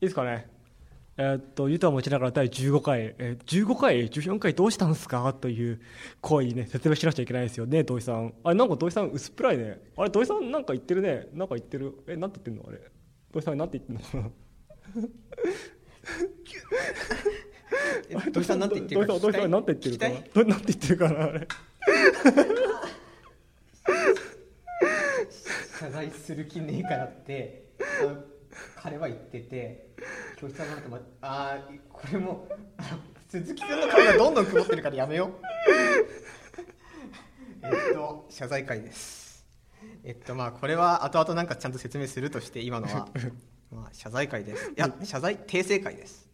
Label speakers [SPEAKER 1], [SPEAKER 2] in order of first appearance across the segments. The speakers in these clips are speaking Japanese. [SPEAKER 1] いですかね。えーっと、ユタを持ちながら第15回、えー15回、14回どうしたんですかという声にね、説明しなくちゃいけないですよね、土井さん。あれ、なんか土井さん薄っぺらいね。あれ、土井さんなんか言ってるね。なんか言ってる。え、なんて言ってんのあれ。土井さんなんて言ってんの
[SPEAKER 2] え 土井さんなんて言ってる
[SPEAKER 1] 土
[SPEAKER 2] か
[SPEAKER 1] 井さん土井さんなんて言ってるかな
[SPEAKER 2] 聞き
[SPEAKER 1] どなんて言ってるかなあれ。
[SPEAKER 2] 謝罪する気ねえからってあの彼は言ってて教室はなんかまあーこれもあの鈴木さんの顔がどんどん曇ってるからやめようえっと謝罪会ですえっとまあこれは後々なんかちゃんと説明するとして今のはまあ謝罪会ですいや謝罪訂正会です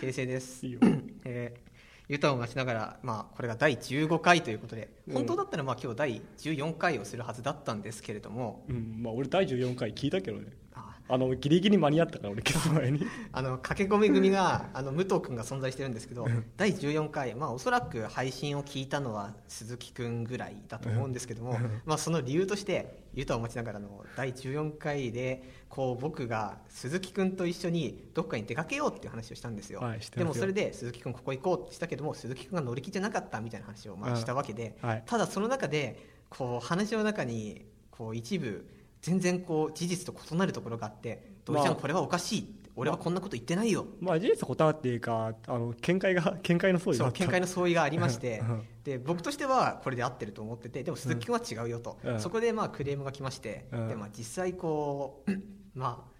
[SPEAKER 2] 訂正です
[SPEAKER 1] いいよ。
[SPEAKER 2] えーユタを待ちながら、まあ、これが第15回ということで
[SPEAKER 1] うん
[SPEAKER 2] 本当だったらまあ今日第14回をするはずだったんですけれども、
[SPEAKER 1] うん、まあ俺第14回聞いたけどね。
[SPEAKER 2] あ
[SPEAKER 1] あの、ギリギリ間に合ったから俺消す前 に。
[SPEAKER 2] あの駆け込み組があの武藤君が存在してるんですけど第14回、まあ、おそらく配信を聞いたのは鈴木君ぐらいだと思うんですけども、まあ、その理由としてユタを持ちながらの第14回でこう僕が鈴木君と一緒にどっかに出かけようっていう話をしたんですよ、
[SPEAKER 1] はいしてますよ
[SPEAKER 2] でもそれで鈴木君ここ行こうってしたけども鈴木君が乗り気じゃなかったみたいな話をま
[SPEAKER 1] う
[SPEAKER 2] あ
[SPEAKER 1] ん
[SPEAKER 2] したわけで、
[SPEAKER 1] はい
[SPEAKER 2] ただその中でこう話の中にこう一部全然こう事実と異なるところがあって「土井ちゃ
[SPEAKER 1] ま
[SPEAKER 2] ん
[SPEAKER 1] あ
[SPEAKER 2] これはおかしい」って俺はこんなこと言ってないよ
[SPEAKER 1] まあ事実答えっていうか、あの、見解が、見解の相違
[SPEAKER 2] そ
[SPEAKER 1] があ
[SPEAKER 2] う
[SPEAKER 1] った。
[SPEAKER 2] 見解の相違がありまして
[SPEAKER 1] うん
[SPEAKER 2] で僕としてはこれで合ってると思っててでも鈴木君は違うよと、
[SPEAKER 1] うん
[SPEAKER 2] そこでまあクレームが来まして、
[SPEAKER 1] うん
[SPEAKER 2] でまあ実際こう まあ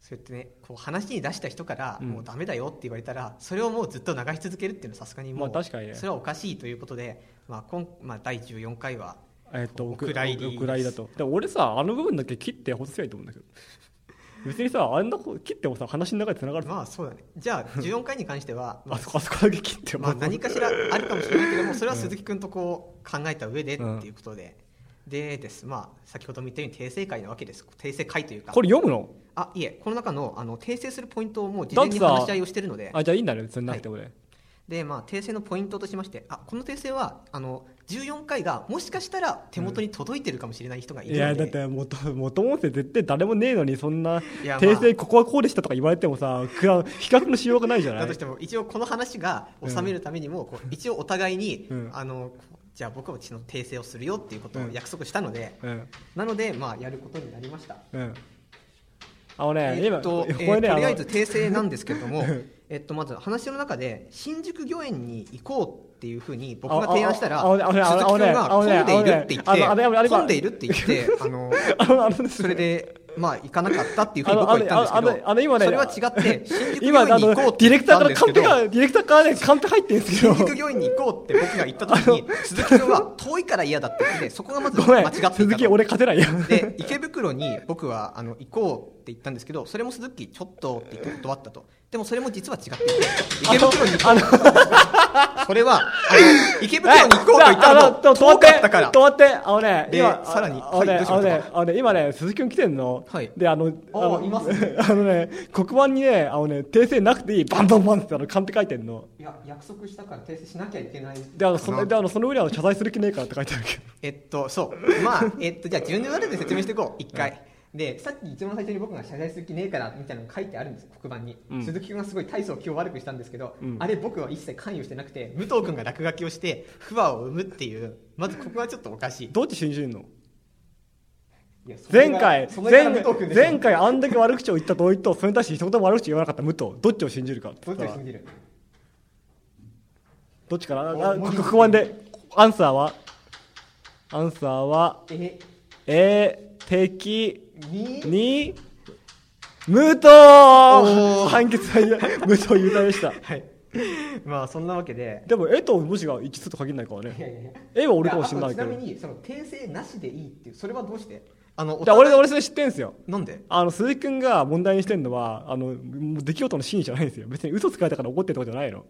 [SPEAKER 2] そうやってねこう話に出した人から
[SPEAKER 1] うん
[SPEAKER 2] もうダメだよって言われたらそれをもうずっと流し続けるっていうのはさすがにも
[SPEAKER 1] まあ確かに
[SPEAKER 2] う
[SPEAKER 1] ね
[SPEAKER 2] それはおかしいということで、まあ今まあ、第14回は
[SPEAKER 1] えっと、
[SPEAKER 2] お
[SPEAKER 1] お
[SPEAKER 2] 蔵
[SPEAKER 1] 蔵
[SPEAKER 2] 入
[SPEAKER 1] 入
[SPEAKER 2] り
[SPEAKER 1] り。お蔵入りだと。でも俺さ、あの部分だけ切ってほしいと思うんだけど。 別にさ、あんなこ切ってもさ、話の中で繋がるさ。
[SPEAKER 2] まあそうだねじゃあ14回に関しては、
[SPEAKER 1] あ
[SPEAKER 2] まあ
[SPEAKER 1] そこ、あそこだけ切っても。
[SPEAKER 2] まあ、何かしらあるかもしれないけどもそれは鈴木君とこう考えた上でっていうことで、でですまあ先ほども言ったように訂正会なわけです訂正会というか
[SPEAKER 1] これ読むの
[SPEAKER 2] あいえこの中のあの訂正するポイントをもう事前に話し合いをしてるので
[SPEAKER 1] あ、じゃあいいんだね、別になくてもね。
[SPEAKER 2] で、まあ、訂正のポイントとしましてあこの訂正はあの14回がもしかしたら手元に届いてるかもしれない人がい
[SPEAKER 1] い
[SPEAKER 2] るので、
[SPEAKER 1] やだって元 元音声絶対誰もねえのにそんない
[SPEAKER 2] やまあ
[SPEAKER 1] 訂正ここはこうでしたとか言われてもさくら比較のしようがないじゃな
[SPEAKER 2] だ
[SPEAKER 1] い
[SPEAKER 2] としても一応この話が収めるためにも、こう一応お互いに、
[SPEAKER 1] うん
[SPEAKER 2] あのじゃあ僕もちの訂正をするよっていうことを約束したので、
[SPEAKER 1] うん
[SPEAKER 2] なので、まあ、やることになりました。
[SPEAKER 1] うんあのね
[SPEAKER 2] え
[SPEAKER 1] 今
[SPEAKER 2] っと、えー
[SPEAKER 1] これ
[SPEAKER 2] と
[SPEAKER 1] ね
[SPEAKER 2] りあえ
[SPEAKER 1] の
[SPEAKER 2] ず訂正なんですけれども、えっと、まず話の中で新宿御苑に行こうっていうふうに僕が提案したら、
[SPEAKER 1] あああ
[SPEAKER 2] 鈴
[SPEAKER 1] あ
[SPEAKER 2] 木
[SPEAKER 1] あ
[SPEAKER 2] 君
[SPEAKER 1] あ
[SPEAKER 2] が
[SPEAKER 1] ああ
[SPEAKER 2] 混んでいるって言っ
[SPEAKER 1] あああああ
[SPEAKER 2] て、
[SPEAKER 1] あ
[SPEAKER 2] 混んでいるって言って、あの
[SPEAKER 1] あの あのです
[SPEAKER 2] それで、まあ、行かなかったっていうふう
[SPEAKER 1] あ
[SPEAKER 2] に
[SPEAKER 1] の
[SPEAKER 2] 僕
[SPEAKER 1] あ
[SPEAKER 2] は
[SPEAKER 1] の
[SPEAKER 2] 言った
[SPEAKER 1] あ
[SPEAKER 2] んで
[SPEAKER 1] のあ
[SPEAKER 2] すけど、
[SPEAKER 1] の今ね
[SPEAKER 2] それは違って、新宿
[SPEAKER 1] 今
[SPEAKER 2] 御
[SPEAKER 1] あ
[SPEAKER 2] 苑
[SPEAKER 1] の
[SPEAKER 2] に
[SPEAKER 1] デ
[SPEAKER 2] 行こうって
[SPEAKER 1] ィ
[SPEAKER 2] 言
[SPEAKER 1] レ
[SPEAKER 2] っ
[SPEAKER 1] クター
[SPEAKER 2] た
[SPEAKER 1] か
[SPEAKER 2] ん
[SPEAKER 1] ら
[SPEAKER 2] です
[SPEAKER 1] カ
[SPEAKER 2] け
[SPEAKER 1] ンペ
[SPEAKER 2] ど、
[SPEAKER 1] がディレクターからねカンペ入ってんですけど
[SPEAKER 2] 新宿御苑に行こうって僕が言った時に、鈴木君は遠いから嫌だって言って、そこがまず
[SPEAKER 1] ごめ
[SPEAKER 2] 間違
[SPEAKER 1] ん
[SPEAKER 2] っていたと
[SPEAKER 1] 鈴木俺勝てないよ
[SPEAKER 2] で池袋に僕はあの行こうって言ったんですけどそれも鈴木ちょっとって言って断ったとでもそれも実は違っていて池袋に行こうって言ったんですがそれはあ の池袋に行こうと言った
[SPEAKER 1] あ
[SPEAKER 2] の
[SPEAKER 1] の
[SPEAKER 2] と
[SPEAKER 1] と
[SPEAKER 2] 遠
[SPEAKER 1] 止
[SPEAKER 2] かったから
[SPEAKER 1] まって、止まって、あのね、
[SPEAKER 2] で
[SPEAKER 1] 今、
[SPEAKER 2] さらに
[SPEAKER 1] ああの
[SPEAKER 2] はい
[SPEAKER 1] ね、
[SPEAKER 2] どうし
[SPEAKER 1] あ
[SPEAKER 2] ま
[SPEAKER 1] の
[SPEAKER 2] した
[SPEAKER 1] ね、あのね、今ね、鈴木くん来てんの。
[SPEAKER 2] はい
[SPEAKER 1] で、あの、
[SPEAKER 2] あ
[SPEAKER 1] の
[SPEAKER 2] いますね
[SPEAKER 1] あのね、黒板にね、あのね、訂正なくていい、バンバンバンってあの、カンペ書いてんの。
[SPEAKER 2] いや約束したから訂正しなきゃいけない
[SPEAKER 1] で、あの、その、で、あの、その裏は謝罪する気ねえからって書いてある けど。
[SPEAKER 2] えっとそうまあえっとじゃあ順序立てて説明していこう一回、でさっき一番最初に僕が謝罪する気ねえからみたいなの書いてあるんです黒板に、
[SPEAKER 1] うん
[SPEAKER 2] 鈴木君がすごい体操を気を悪くしたんですけど、
[SPEAKER 1] うん
[SPEAKER 2] あれ僕は一切関与してなくて武藤君が落書きをして不和を生むっていうまずここはちょっとおかしい
[SPEAKER 1] どっち信じるの
[SPEAKER 2] いやそれ
[SPEAKER 1] 前
[SPEAKER 2] が
[SPEAKER 1] 回、
[SPEAKER 2] それが
[SPEAKER 1] 前
[SPEAKER 2] 武藤君
[SPEAKER 1] 回、
[SPEAKER 2] でしょ
[SPEAKER 1] 前回あんだけ悪口を言った同意と、それに対して一言も悪口言わなかった武藤、どっちを信じるかって
[SPEAKER 2] ど
[SPEAKER 1] 言っ
[SPEAKER 2] っち
[SPEAKER 1] たら
[SPEAKER 2] を信じる
[SPEAKER 1] どっちかな
[SPEAKER 2] お
[SPEAKER 1] あ
[SPEAKER 2] もう
[SPEAKER 1] 黒黒板で、アンサーはアンサーは、
[SPEAKER 2] え
[SPEAKER 1] えー、敵、
[SPEAKER 2] に
[SPEAKER 1] に、武藤
[SPEAKER 2] おー
[SPEAKER 1] 判決は嫌武藤優太でした。
[SPEAKER 2] はい まあそんなわけで
[SPEAKER 1] でも、絵と文字が一つと限らないから
[SPEAKER 2] いや
[SPEAKER 1] ね。
[SPEAKER 2] いやいや
[SPEAKER 1] 絵は俺かもしれない
[SPEAKER 2] や
[SPEAKER 1] け
[SPEAKER 2] あと
[SPEAKER 1] ど。
[SPEAKER 2] ちなみにその訂正なしでいいっていうそれはどうしてあのお
[SPEAKER 1] じゃあ
[SPEAKER 2] 互い
[SPEAKER 1] 俺、俺それ知ってんすよ。
[SPEAKER 2] なんで
[SPEAKER 1] あの、鈴木くんが問題にしてんのは、あの、もう出来事の真意じゃないんですよ。別に嘘つかれたから怒ってるとかじゃないの。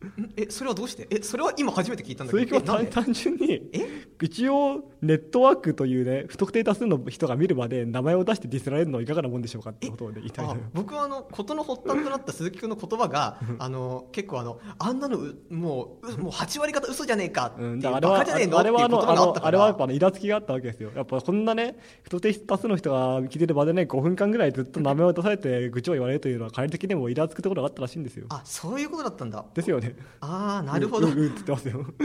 [SPEAKER 2] んえそれはどうしてえそれは今初めて聞いたんだ
[SPEAKER 1] それ
[SPEAKER 2] けど
[SPEAKER 1] 今日
[SPEAKER 2] えなん
[SPEAKER 1] 単
[SPEAKER 2] で
[SPEAKER 1] 単純に
[SPEAKER 2] え
[SPEAKER 1] 一応ネットワークというね不特定多数の人が見るまで名前を出してディスられるのはいかがなもんでしょうかってことをね言いたいの
[SPEAKER 2] あ
[SPEAKER 1] よ
[SPEAKER 2] 僕はあの事の発端となった鈴木君の言葉があの結構あのあんなのうもううもう8割方嘘じゃねえかって
[SPEAKER 1] う
[SPEAKER 2] い
[SPEAKER 1] ん、
[SPEAKER 2] う
[SPEAKER 1] だか
[SPEAKER 2] バ
[SPEAKER 1] らあ
[SPEAKER 2] カ
[SPEAKER 1] れ
[SPEAKER 2] じ
[SPEAKER 1] は
[SPEAKER 2] ゃねえの
[SPEAKER 1] あ
[SPEAKER 2] っ
[SPEAKER 1] れ
[SPEAKER 2] ていう
[SPEAKER 1] はあの
[SPEAKER 2] 言
[SPEAKER 1] あの
[SPEAKER 2] 葉があったか
[SPEAKER 1] あれはやっ
[SPEAKER 2] ら
[SPEAKER 1] ぱあのイラつきがあったわけですよやっぱこんなね不特定多数の人が聞いてる場でね5分間ぐらいずっと名前を出されて愚痴を言われるというのは彼的にもイラつくところがあったらしいんですよ
[SPEAKER 2] あそういうことだったんだ
[SPEAKER 1] ですよね
[SPEAKER 2] ああなるほど
[SPEAKER 1] うんうんうんって言ってますよ
[SPEAKER 2] あ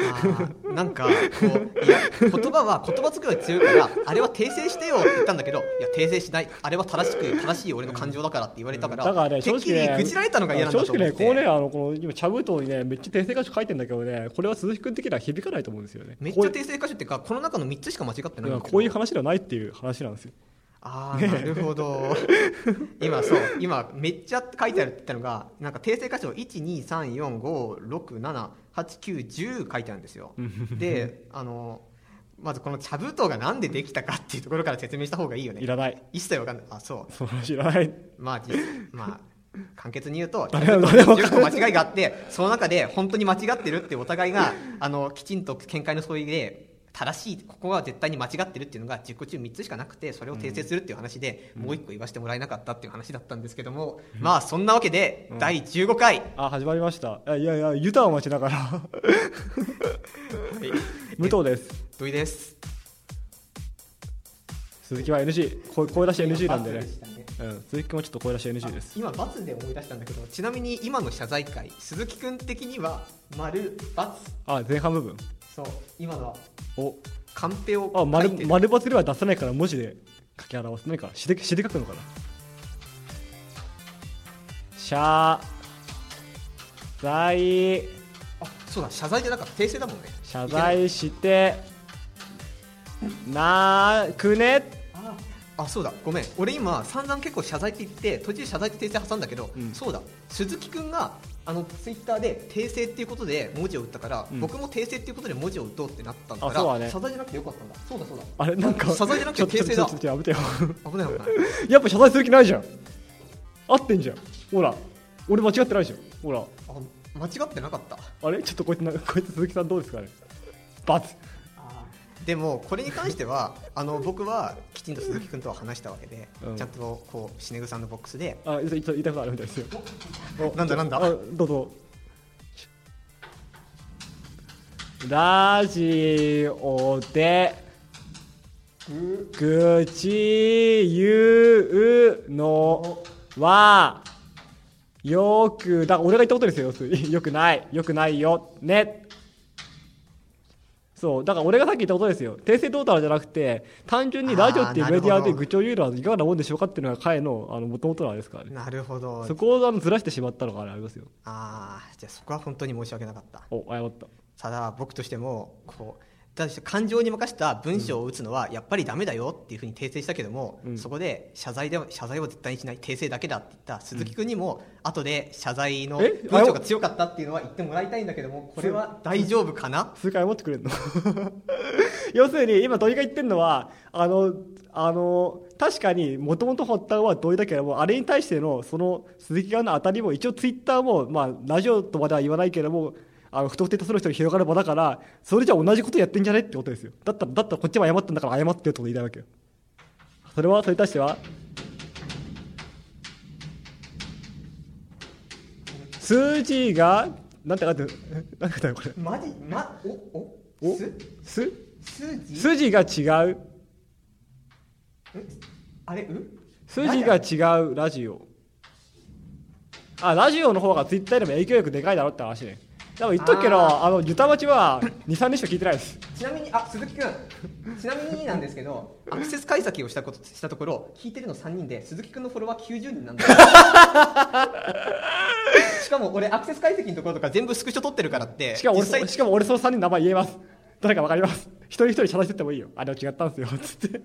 [SPEAKER 2] ーなんかこういや言葉は言葉作りが強いからあれは訂正してよって言ったんだけどいや訂正しないあれは正しく正しい俺の感情だからって言われたから,、
[SPEAKER 1] だからね
[SPEAKER 2] て
[SPEAKER 1] 正
[SPEAKER 2] っき
[SPEAKER 1] 直
[SPEAKER 2] り
[SPEAKER 1] ね
[SPEAKER 2] 愚痴られたのが嫌なんだと
[SPEAKER 1] 正
[SPEAKER 2] 思
[SPEAKER 1] 直
[SPEAKER 2] っ
[SPEAKER 1] ね
[SPEAKER 2] て
[SPEAKER 1] こうねあのこの今茶封筒にねめっちゃ訂正箇所書いてんだけどねこれは鈴木君的には響かないと思うんですよね
[SPEAKER 2] めっちゃ
[SPEAKER 1] こう
[SPEAKER 2] 訂正箇所っていうかこの中の3つしか間違ってないん
[SPEAKER 1] だ
[SPEAKER 2] だけ
[SPEAKER 1] か
[SPEAKER 2] ど
[SPEAKER 1] らこういう話ではないっていう話なんですよ
[SPEAKER 2] ああなる ほど今そう今めっちゃ書いてあるって言ったのがなんか訂正箇所12345678910書いてあるんですよであのまずこの茶封筒がなんでできたかっていうところから説明した方がいいよね
[SPEAKER 1] いらない
[SPEAKER 2] 一切わかんないあそう
[SPEAKER 1] その話いらない
[SPEAKER 2] まあ実まあ簡潔に言うと
[SPEAKER 1] 誰も誰も
[SPEAKER 2] 10個間違いがあってその中で本当に間違ってるってお互いがあのきちんと見解の相違で正しいここは絶対に間違ってるっていうのが10個中3つしかなくてそれを訂正するっていう話で、もう1個言わせてもらえなかったっていう話だったんですけども、まあそんなわけで、
[SPEAKER 1] うん
[SPEAKER 2] 第15回、
[SPEAKER 1] あ始まりましたあいやいやユタを待ちなが ら武藤です
[SPEAKER 2] 土井です
[SPEAKER 1] 鈴木は NG 声声出し NG なんで
[SPEAKER 2] バ
[SPEAKER 1] ね
[SPEAKER 2] ツしたね
[SPEAKER 1] うん、鈴木君もちょっと声出し NG です。
[SPEAKER 2] 今バツで思い出したんだけどちなみに今の謝罪会鈴木君的には丸バツ
[SPEAKER 1] あ、前半部分。
[SPEAKER 2] そう今のは
[SPEAKER 1] お、
[SPEAKER 2] カンペを
[SPEAKER 1] あ、
[SPEAKER 2] 書い
[SPEAKER 1] 丸
[SPEAKER 2] てる
[SPEAKER 1] 丸抜では出さないから文字で書き表す。何か詩で詩で書くのかな。しゃ、ざい、
[SPEAKER 2] あそうだ謝罪じゃなかった訂正だもんね
[SPEAKER 1] 謝
[SPEAKER 2] い
[SPEAKER 1] 罪して、なくね。
[SPEAKER 2] けないあそうだごめん俺今散々結構謝罪って言って途中謝罪と訂正挟んだけど、
[SPEAKER 1] うん
[SPEAKER 2] そうだ鈴木くんがあのツイッターで訂正っていうことで文字を打ったから、
[SPEAKER 1] うん
[SPEAKER 2] 僕も訂正っていうことで文字を打とうってなったんだか
[SPEAKER 1] あ
[SPEAKER 2] ら
[SPEAKER 1] そうだね
[SPEAKER 2] 謝罪じゃなくてよかったんだそうだそうだ
[SPEAKER 1] あれなんか
[SPEAKER 2] 謝罪じゃなくて
[SPEAKER 1] ちょ
[SPEAKER 2] 訂正だ
[SPEAKER 1] ちょちょちょやめてよ。
[SPEAKER 2] 危ない危ない
[SPEAKER 1] やっぱ謝罪する気ないじゃん。合ってんじゃん。ほら、俺間違ってないじゃん。ほら。
[SPEAKER 2] あ間違ってなかった
[SPEAKER 1] あれちょっとこいつなこいつ鈴木さんどうですかねバツ
[SPEAKER 2] でもこれに関して はあの僕はきちんと鈴木くんとは話したわけで、
[SPEAKER 1] うん
[SPEAKER 2] ちゃんとこうシネグさんのボックスで
[SPEAKER 1] あちょっと言いたいことあるみたいですよお
[SPEAKER 2] なんだなんだ
[SPEAKER 1] あどうぞラジオで愚痴言うのはよくだ俺が言ったことですよ要するによくないよくないよねそうだから俺がさっき言ったことですよ訂正トータルじゃなくて単純にラジオっていう
[SPEAKER 2] あー
[SPEAKER 1] メディア
[SPEAKER 2] なる
[SPEAKER 1] で
[SPEAKER 2] ほど
[SPEAKER 1] 愚痴を言うのはいかがなもんでしょうかっていうのが彼のあの元々のあれですからね
[SPEAKER 2] なるほど
[SPEAKER 1] そこをあのずらしてしまったのがありますよ。
[SPEAKER 2] ああじゃあそこは本当に申し訳なかった
[SPEAKER 1] お、謝った。
[SPEAKER 2] ただ僕としてもこうだとして感情に任せた文章を打つのはやっぱりダメだよっていうふうに訂正したけども、
[SPEAKER 1] うん
[SPEAKER 2] そこで謝罪では謝罪は絶対にしない訂正だけだって言った鈴木君にも後で謝罪の
[SPEAKER 1] え
[SPEAKER 2] 文章が強かったっていうのは言ってもらいたいんだけどもこれは大丈夫かな
[SPEAKER 1] 数回謝ってくれるの 要するに、今、土井が言ってるのは、あの、あの、確かに、もともと発端は土井だけども、あれに対しての、その、鈴木側の当たりも、一応ツイッターも、まあ、ラジオとまでは言わないけども、あの、不特定多数の人に広がる場だから、それじゃ同じことやってんじゃねってことですよ。だったら、だったらこっちも謝ったんだから謝ってよってこと言いたいわけよ。それは、それに対しては、数字が、なんて、なんて、 なんて、これ。
[SPEAKER 2] マジまおお
[SPEAKER 1] お
[SPEAKER 2] す
[SPEAKER 1] す
[SPEAKER 2] 数字
[SPEAKER 1] 筋が違う
[SPEAKER 2] あれう
[SPEAKER 1] 筋が違うラジオあラジオの方がツイッターよりも影響力でかいだろって話ねでも言っとくけど
[SPEAKER 2] あ
[SPEAKER 1] あのゆたまちは23年しか聞いてないです
[SPEAKER 2] ちなみにあ鈴木く んちなみになんですけどアクセス解析をしたことしたところ聞いてるの3人で鈴木くんのフォロワー90 人なんだよしかも俺アクセス解析のところとか全部スクショ取ってるからって
[SPEAKER 1] しかも
[SPEAKER 2] 実際
[SPEAKER 1] 俺しかも俺その3人の名前言えます誰か分かります一人一人謝罪してってもいいよあれは違ったんですよつって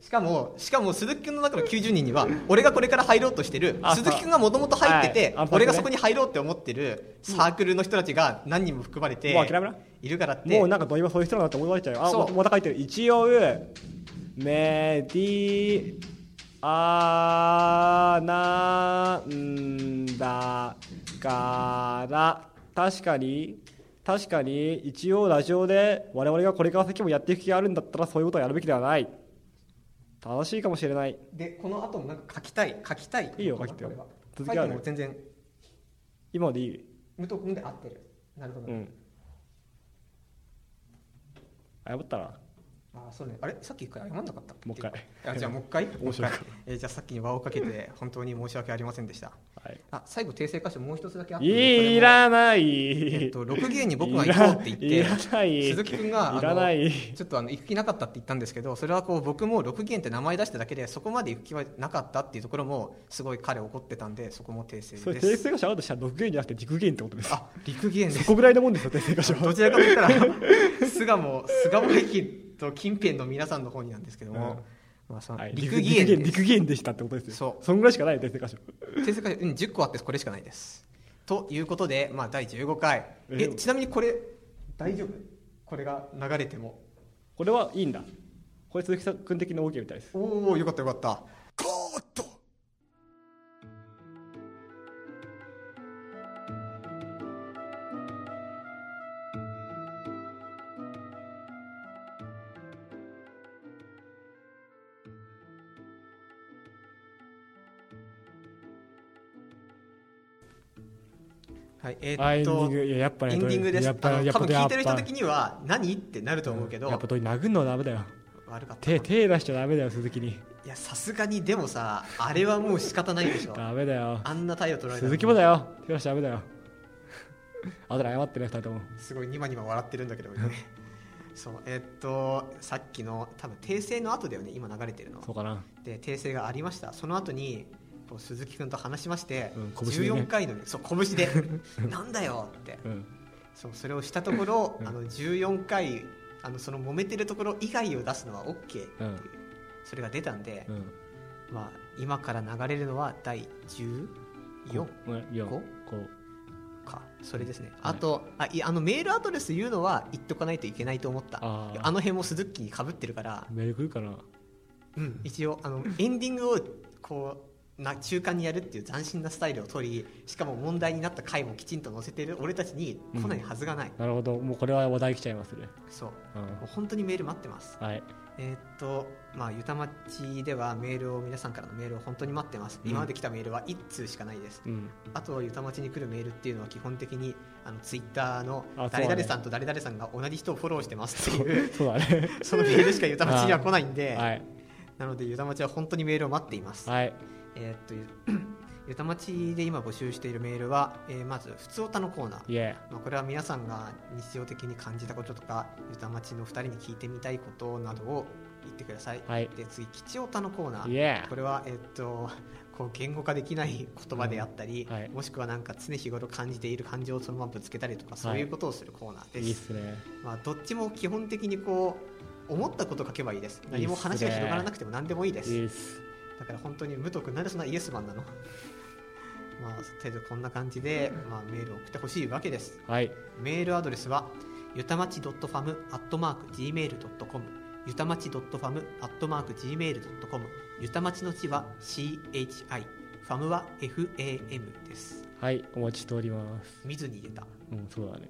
[SPEAKER 2] しかもしかも鈴木くんの中の90人には俺がこれから入ろうとしてる
[SPEAKER 1] あ
[SPEAKER 2] 鈴木くんがもともと入ってて、
[SPEAKER 1] はいあ
[SPEAKER 2] 俺が
[SPEAKER 1] パ
[SPEAKER 2] そ
[SPEAKER 1] ーク
[SPEAKER 2] こに入ろうって思ってるサークルの人たちが何人も含まれて
[SPEAKER 1] もう諦めない
[SPEAKER 2] るからって
[SPEAKER 1] もうなんかどう今そういう人なんだって思われちゃうよあ
[SPEAKER 2] そう
[SPEAKER 1] ままた書いてる一応メディアなんだから確かに確かに一応ラジオで我々がこれから先もやっていく気があるんだったらそういうことはやるべきではない正しいかもしれない
[SPEAKER 2] でこの後もなんか書きたい書きたい
[SPEAKER 1] いいよ書いてよ
[SPEAKER 2] これは書い
[SPEAKER 1] 続
[SPEAKER 2] て
[SPEAKER 1] きある
[SPEAKER 2] も全然
[SPEAKER 1] 今までいい
[SPEAKER 2] 武藤君で合ってるなるほど、
[SPEAKER 1] うん謝ったら
[SPEAKER 2] あーそうねあれさっき一回謝んなかったっけ
[SPEAKER 1] もう一回
[SPEAKER 2] あじゃあもう一回
[SPEAKER 1] 面白い
[SPEAKER 2] もう一回えーじゃあさっきに輪をかけて本当に申し訳ありませんでした
[SPEAKER 1] はい
[SPEAKER 2] あ最後訂正箇所もう一つだけあって
[SPEAKER 1] い
[SPEAKER 2] ん
[SPEAKER 1] らない
[SPEAKER 2] えっと、6芸に僕が行こうって言
[SPEAKER 1] い
[SPEAKER 2] っ
[SPEAKER 1] ら
[SPEAKER 2] て
[SPEAKER 1] ない
[SPEAKER 2] 鈴木君があの
[SPEAKER 1] いらない
[SPEAKER 2] ちょっとあの行く気なかったって言ったんですけどそれはこう僕も6芸って名前出しただけでそこまで行く気はなかったっていうところもすごい彼怒ってたんでそこも訂正
[SPEAKER 1] それ
[SPEAKER 2] で
[SPEAKER 1] 訂
[SPEAKER 2] す
[SPEAKER 1] 正箇所あるとしたら6弦じゃなくて軸弦ってことです
[SPEAKER 2] あ陸芸です
[SPEAKER 1] そこぐらいのもんですよ訂正箇所は
[SPEAKER 2] どちらかといったら 巣鴨巣鴨駅と近辺の皆さんの方になんですけども、まあ、その
[SPEAKER 1] はい
[SPEAKER 2] 陸義園です
[SPEAKER 1] 陸義園でしたってことですよ
[SPEAKER 2] そうん
[SPEAKER 1] ぐらいしかないよ訂正箇所
[SPEAKER 2] 訂正会うん10個あってこれしかないですということで、まあ、第15回え
[SPEAKER 1] え
[SPEAKER 2] ちなみにこれ大丈夫これが流れても
[SPEAKER 1] これはいいんだこれ鈴木君的な OK みたいです
[SPEAKER 2] おおよかったよかったはい、え
[SPEAKER 1] あエン
[SPEAKER 2] ーっ
[SPEAKER 1] デ
[SPEAKER 2] と
[SPEAKER 1] ィングいややっぱね
[SPEAKER 2] エンディングです
[SPEAKER 1] や
[SPEAKER 2] あ
[SPEAKER 1] っぱ
[SPEAKER 2] の
[SPEAKER 1] やっ
[SPEAKER 2] 多
[SPEAKER 1] ぱ
[SPEAKER 2] 分聞いてる人
[SPEAKER 1] やっぱ
[SPEAKER 2] 的には何ってなると思うけど
[SPEAKER 1] やっぱどう殴るのはダメだよ
[SPEAKER 2] 悪かった
[SPEAKER 1] 手手出しちゃダメだよ鈴木に
[SPEAKER 2] いやさすがにでもさあれはもう仕方ないでしょ
[SPEAKER 1] ダメだよ
[SPEAKER 2] あんな態度取られたら
[SPEAKER 1] 鈴木もだよ手出しちゃダメだよあとで謝ってね二人とも
[SPEAKER 2] すごいニマニマ笑ってるんだけどね そうえっとさっきの多分訂正の後だよね今流れてるの
[SPEAKER 1] そうかな
[SPEAKER 2] で訂正がありましたその後にこう鈴木君と話しまして、
[SPEAKER 1] うん拳でね
[SPEAKER 2] 14回のねそう拳 でなんだよって
[SPEAKER 1] うん
[SPEAKER 2] そうそれをしたとこ ろあの14回あのその揉めてるところ以外を出すのは OK っていう、
[SPEAKER 1] うん
[SPEAKER 2] それが出たんで
[SPEAKER 1] う、ん
[SPEAKER 2] まあ、今から流れるのは第14
[SPEAKER 1] うん四
[SPEAKER 2] 五
[SPEAKER 1] こう
[SPEAKER 2] かそれですねあと、あいやあのメールアドレス言うのは言っとかないといけないと思った
[SPEAKER 1] あ
[SPEAKER 2] あ
[SPEAKER 1] ー
[SPEAKER 2] の辺も鈴木にかぶってるから、
[SPEAKER 1] メール来るかな
[SPEAKER 2] うん一応あのエンディングをこうな中間にやるっていう斬新なスタイルを取りしかも問題になった回もきちんと載せてる俺たちに来ないはずがない、
[SPEAKER 1] なるほどもうこれは話題来ちゃいますね
[SPEAKER 2] そう
[SPEAKER 1] うん
[SPEAKER 2] もう本当にメール待ってます
[SPEAKER 1] はい
[SPEAKER 2] えーっとまあゆたまちではメールを皆さんからのメールを本当に待ってます、
[SPEAKER 1] うん
[SPEAKER 2] 今まで来たメールは1通しかないです
[SPEAKER 1] うん
[SPEAKER 2] あとゆたまちに来るメールっていうのは基本的にあのツイッターの
[SPEAKER 1] あそう
[SPEAKER 2] 誰
[SPEAKER 1] だね
[SPEAKER 2] 々さんと誰々さんが同じ人をフォローしてますっていう
[SPEAKER 1] そうだね
[SPEAKER 2] そのメールしかゆたまちには来ないん で、
[SPEAKER 1] はい
[SPEAKER 2] なのでゆたまちは本当にメールを待っています、
[SPEAKER 1] はい
[SPEAKER 2] えーっと ゆゆたまちで今募集しているメールは、えーまずふつおたのコーナー
[SPEAKER 1] イエ
[SPEAKER 2] まあ、これは皆さんが日常的に感じたこととかゆたまちの2人に聞いてみたいことなどを言ってください、
[SPEAKER 1] はい
[SPEAKER 2] で次吉オタのコーナ
[SPEAKER 1] ーイ
[SPEAKER 2] ー
[SPEAKER 1] エ
[SPEAKER 2] これは、えっと、こう言語化できない言葉であったり、
[SPEAKER 1] うんはい
[SPEAKER 2] もしくはなんか常日頃感じている感情をそのままぶつけたりとかそういうことをするコーナー
[SPEAKER 1] ー
[SPEAKER 2] です、
[SPEAKER 1] いいっすね
[SPEAKER 2] まあ、どっちも基本的にこう思ったこと書けばいいです何も話が広がらなくても何でもいいで
[SPEAKER 1] い
[SPEAKER 2] す
[SPEAKER 1] いっす
[SPEAKER 2] だから本当に武藤君なんでそんなイエスマンなのまあとりあえずこんな感じで、まあ、メールを送ってほしいわけです
[SPEAKER 1] はい
[SPEAKER 2] メールアドレスはゆたまち .fam.gmail.com ゆたまち .fam.gmail.com ゆたまちの地は CHI ファムは FAM です
[SPEAKER 1] はいお待ちしております
[SPEAKER 2] 見ずに入れた
[SPEAKER 1] うんそうだね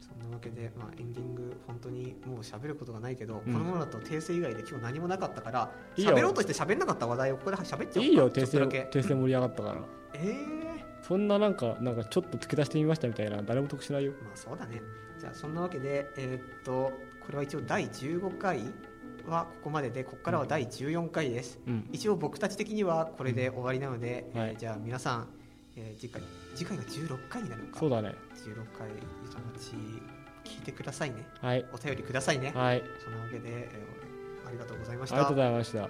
[SPEAKER 2] そんなわけで、まあ、エンディング本当にもう喋ることがないけど、
[SPEAKER 1] うん
[SPEAKER 2] このままだと訂正以外で今日何もなかったから
[SPEAKER 1] いいよ
[SPEAKER 2] 喋ろうとして喋んなかった話題をここで喋っちゃおうか
[SPEAKER 1] いいよ
[SPEAKER 2] ちょ
[SPEAKER 1] 訂
[SPEAKER 2] っと
[SPEAKER 1] 正
[SPEAKER 2] だけ
[SPEAKER 1] 訂正盛り上がったから
[SPEAKER 2] えー
[SPEAKER 1] そんななんかなんかちょっと付け足してみましたみたいな誰も得しないよ
[SPEAKER 2] まあそうだねじゃあそんなわけでえーっとこれは一応第15回はここまででここからは第14回です、
[SPEAKER 1] うん
[SPEAKER 2] 一応僕たち的にはこれで終わりなので、
[SPEAKER 1] うんはい
[SPEAKER 2] えーじゃあ皆さん、えー次回次回が16回になるのか
[SPEAKER 1] そうだね
[SPEAKER 2] 16回ゆたまち聞いてくださいね
[SPEAKER 1] はい
[SPEAKER 2] お便りくださいね、
[SPEAKER 1] はい
[SPEAKER 2] そんなわけで、えーありがとうございまし
[SPEAKER 1] ありが
[SPEAKER 2] た
[SPEAKER 1] とうございました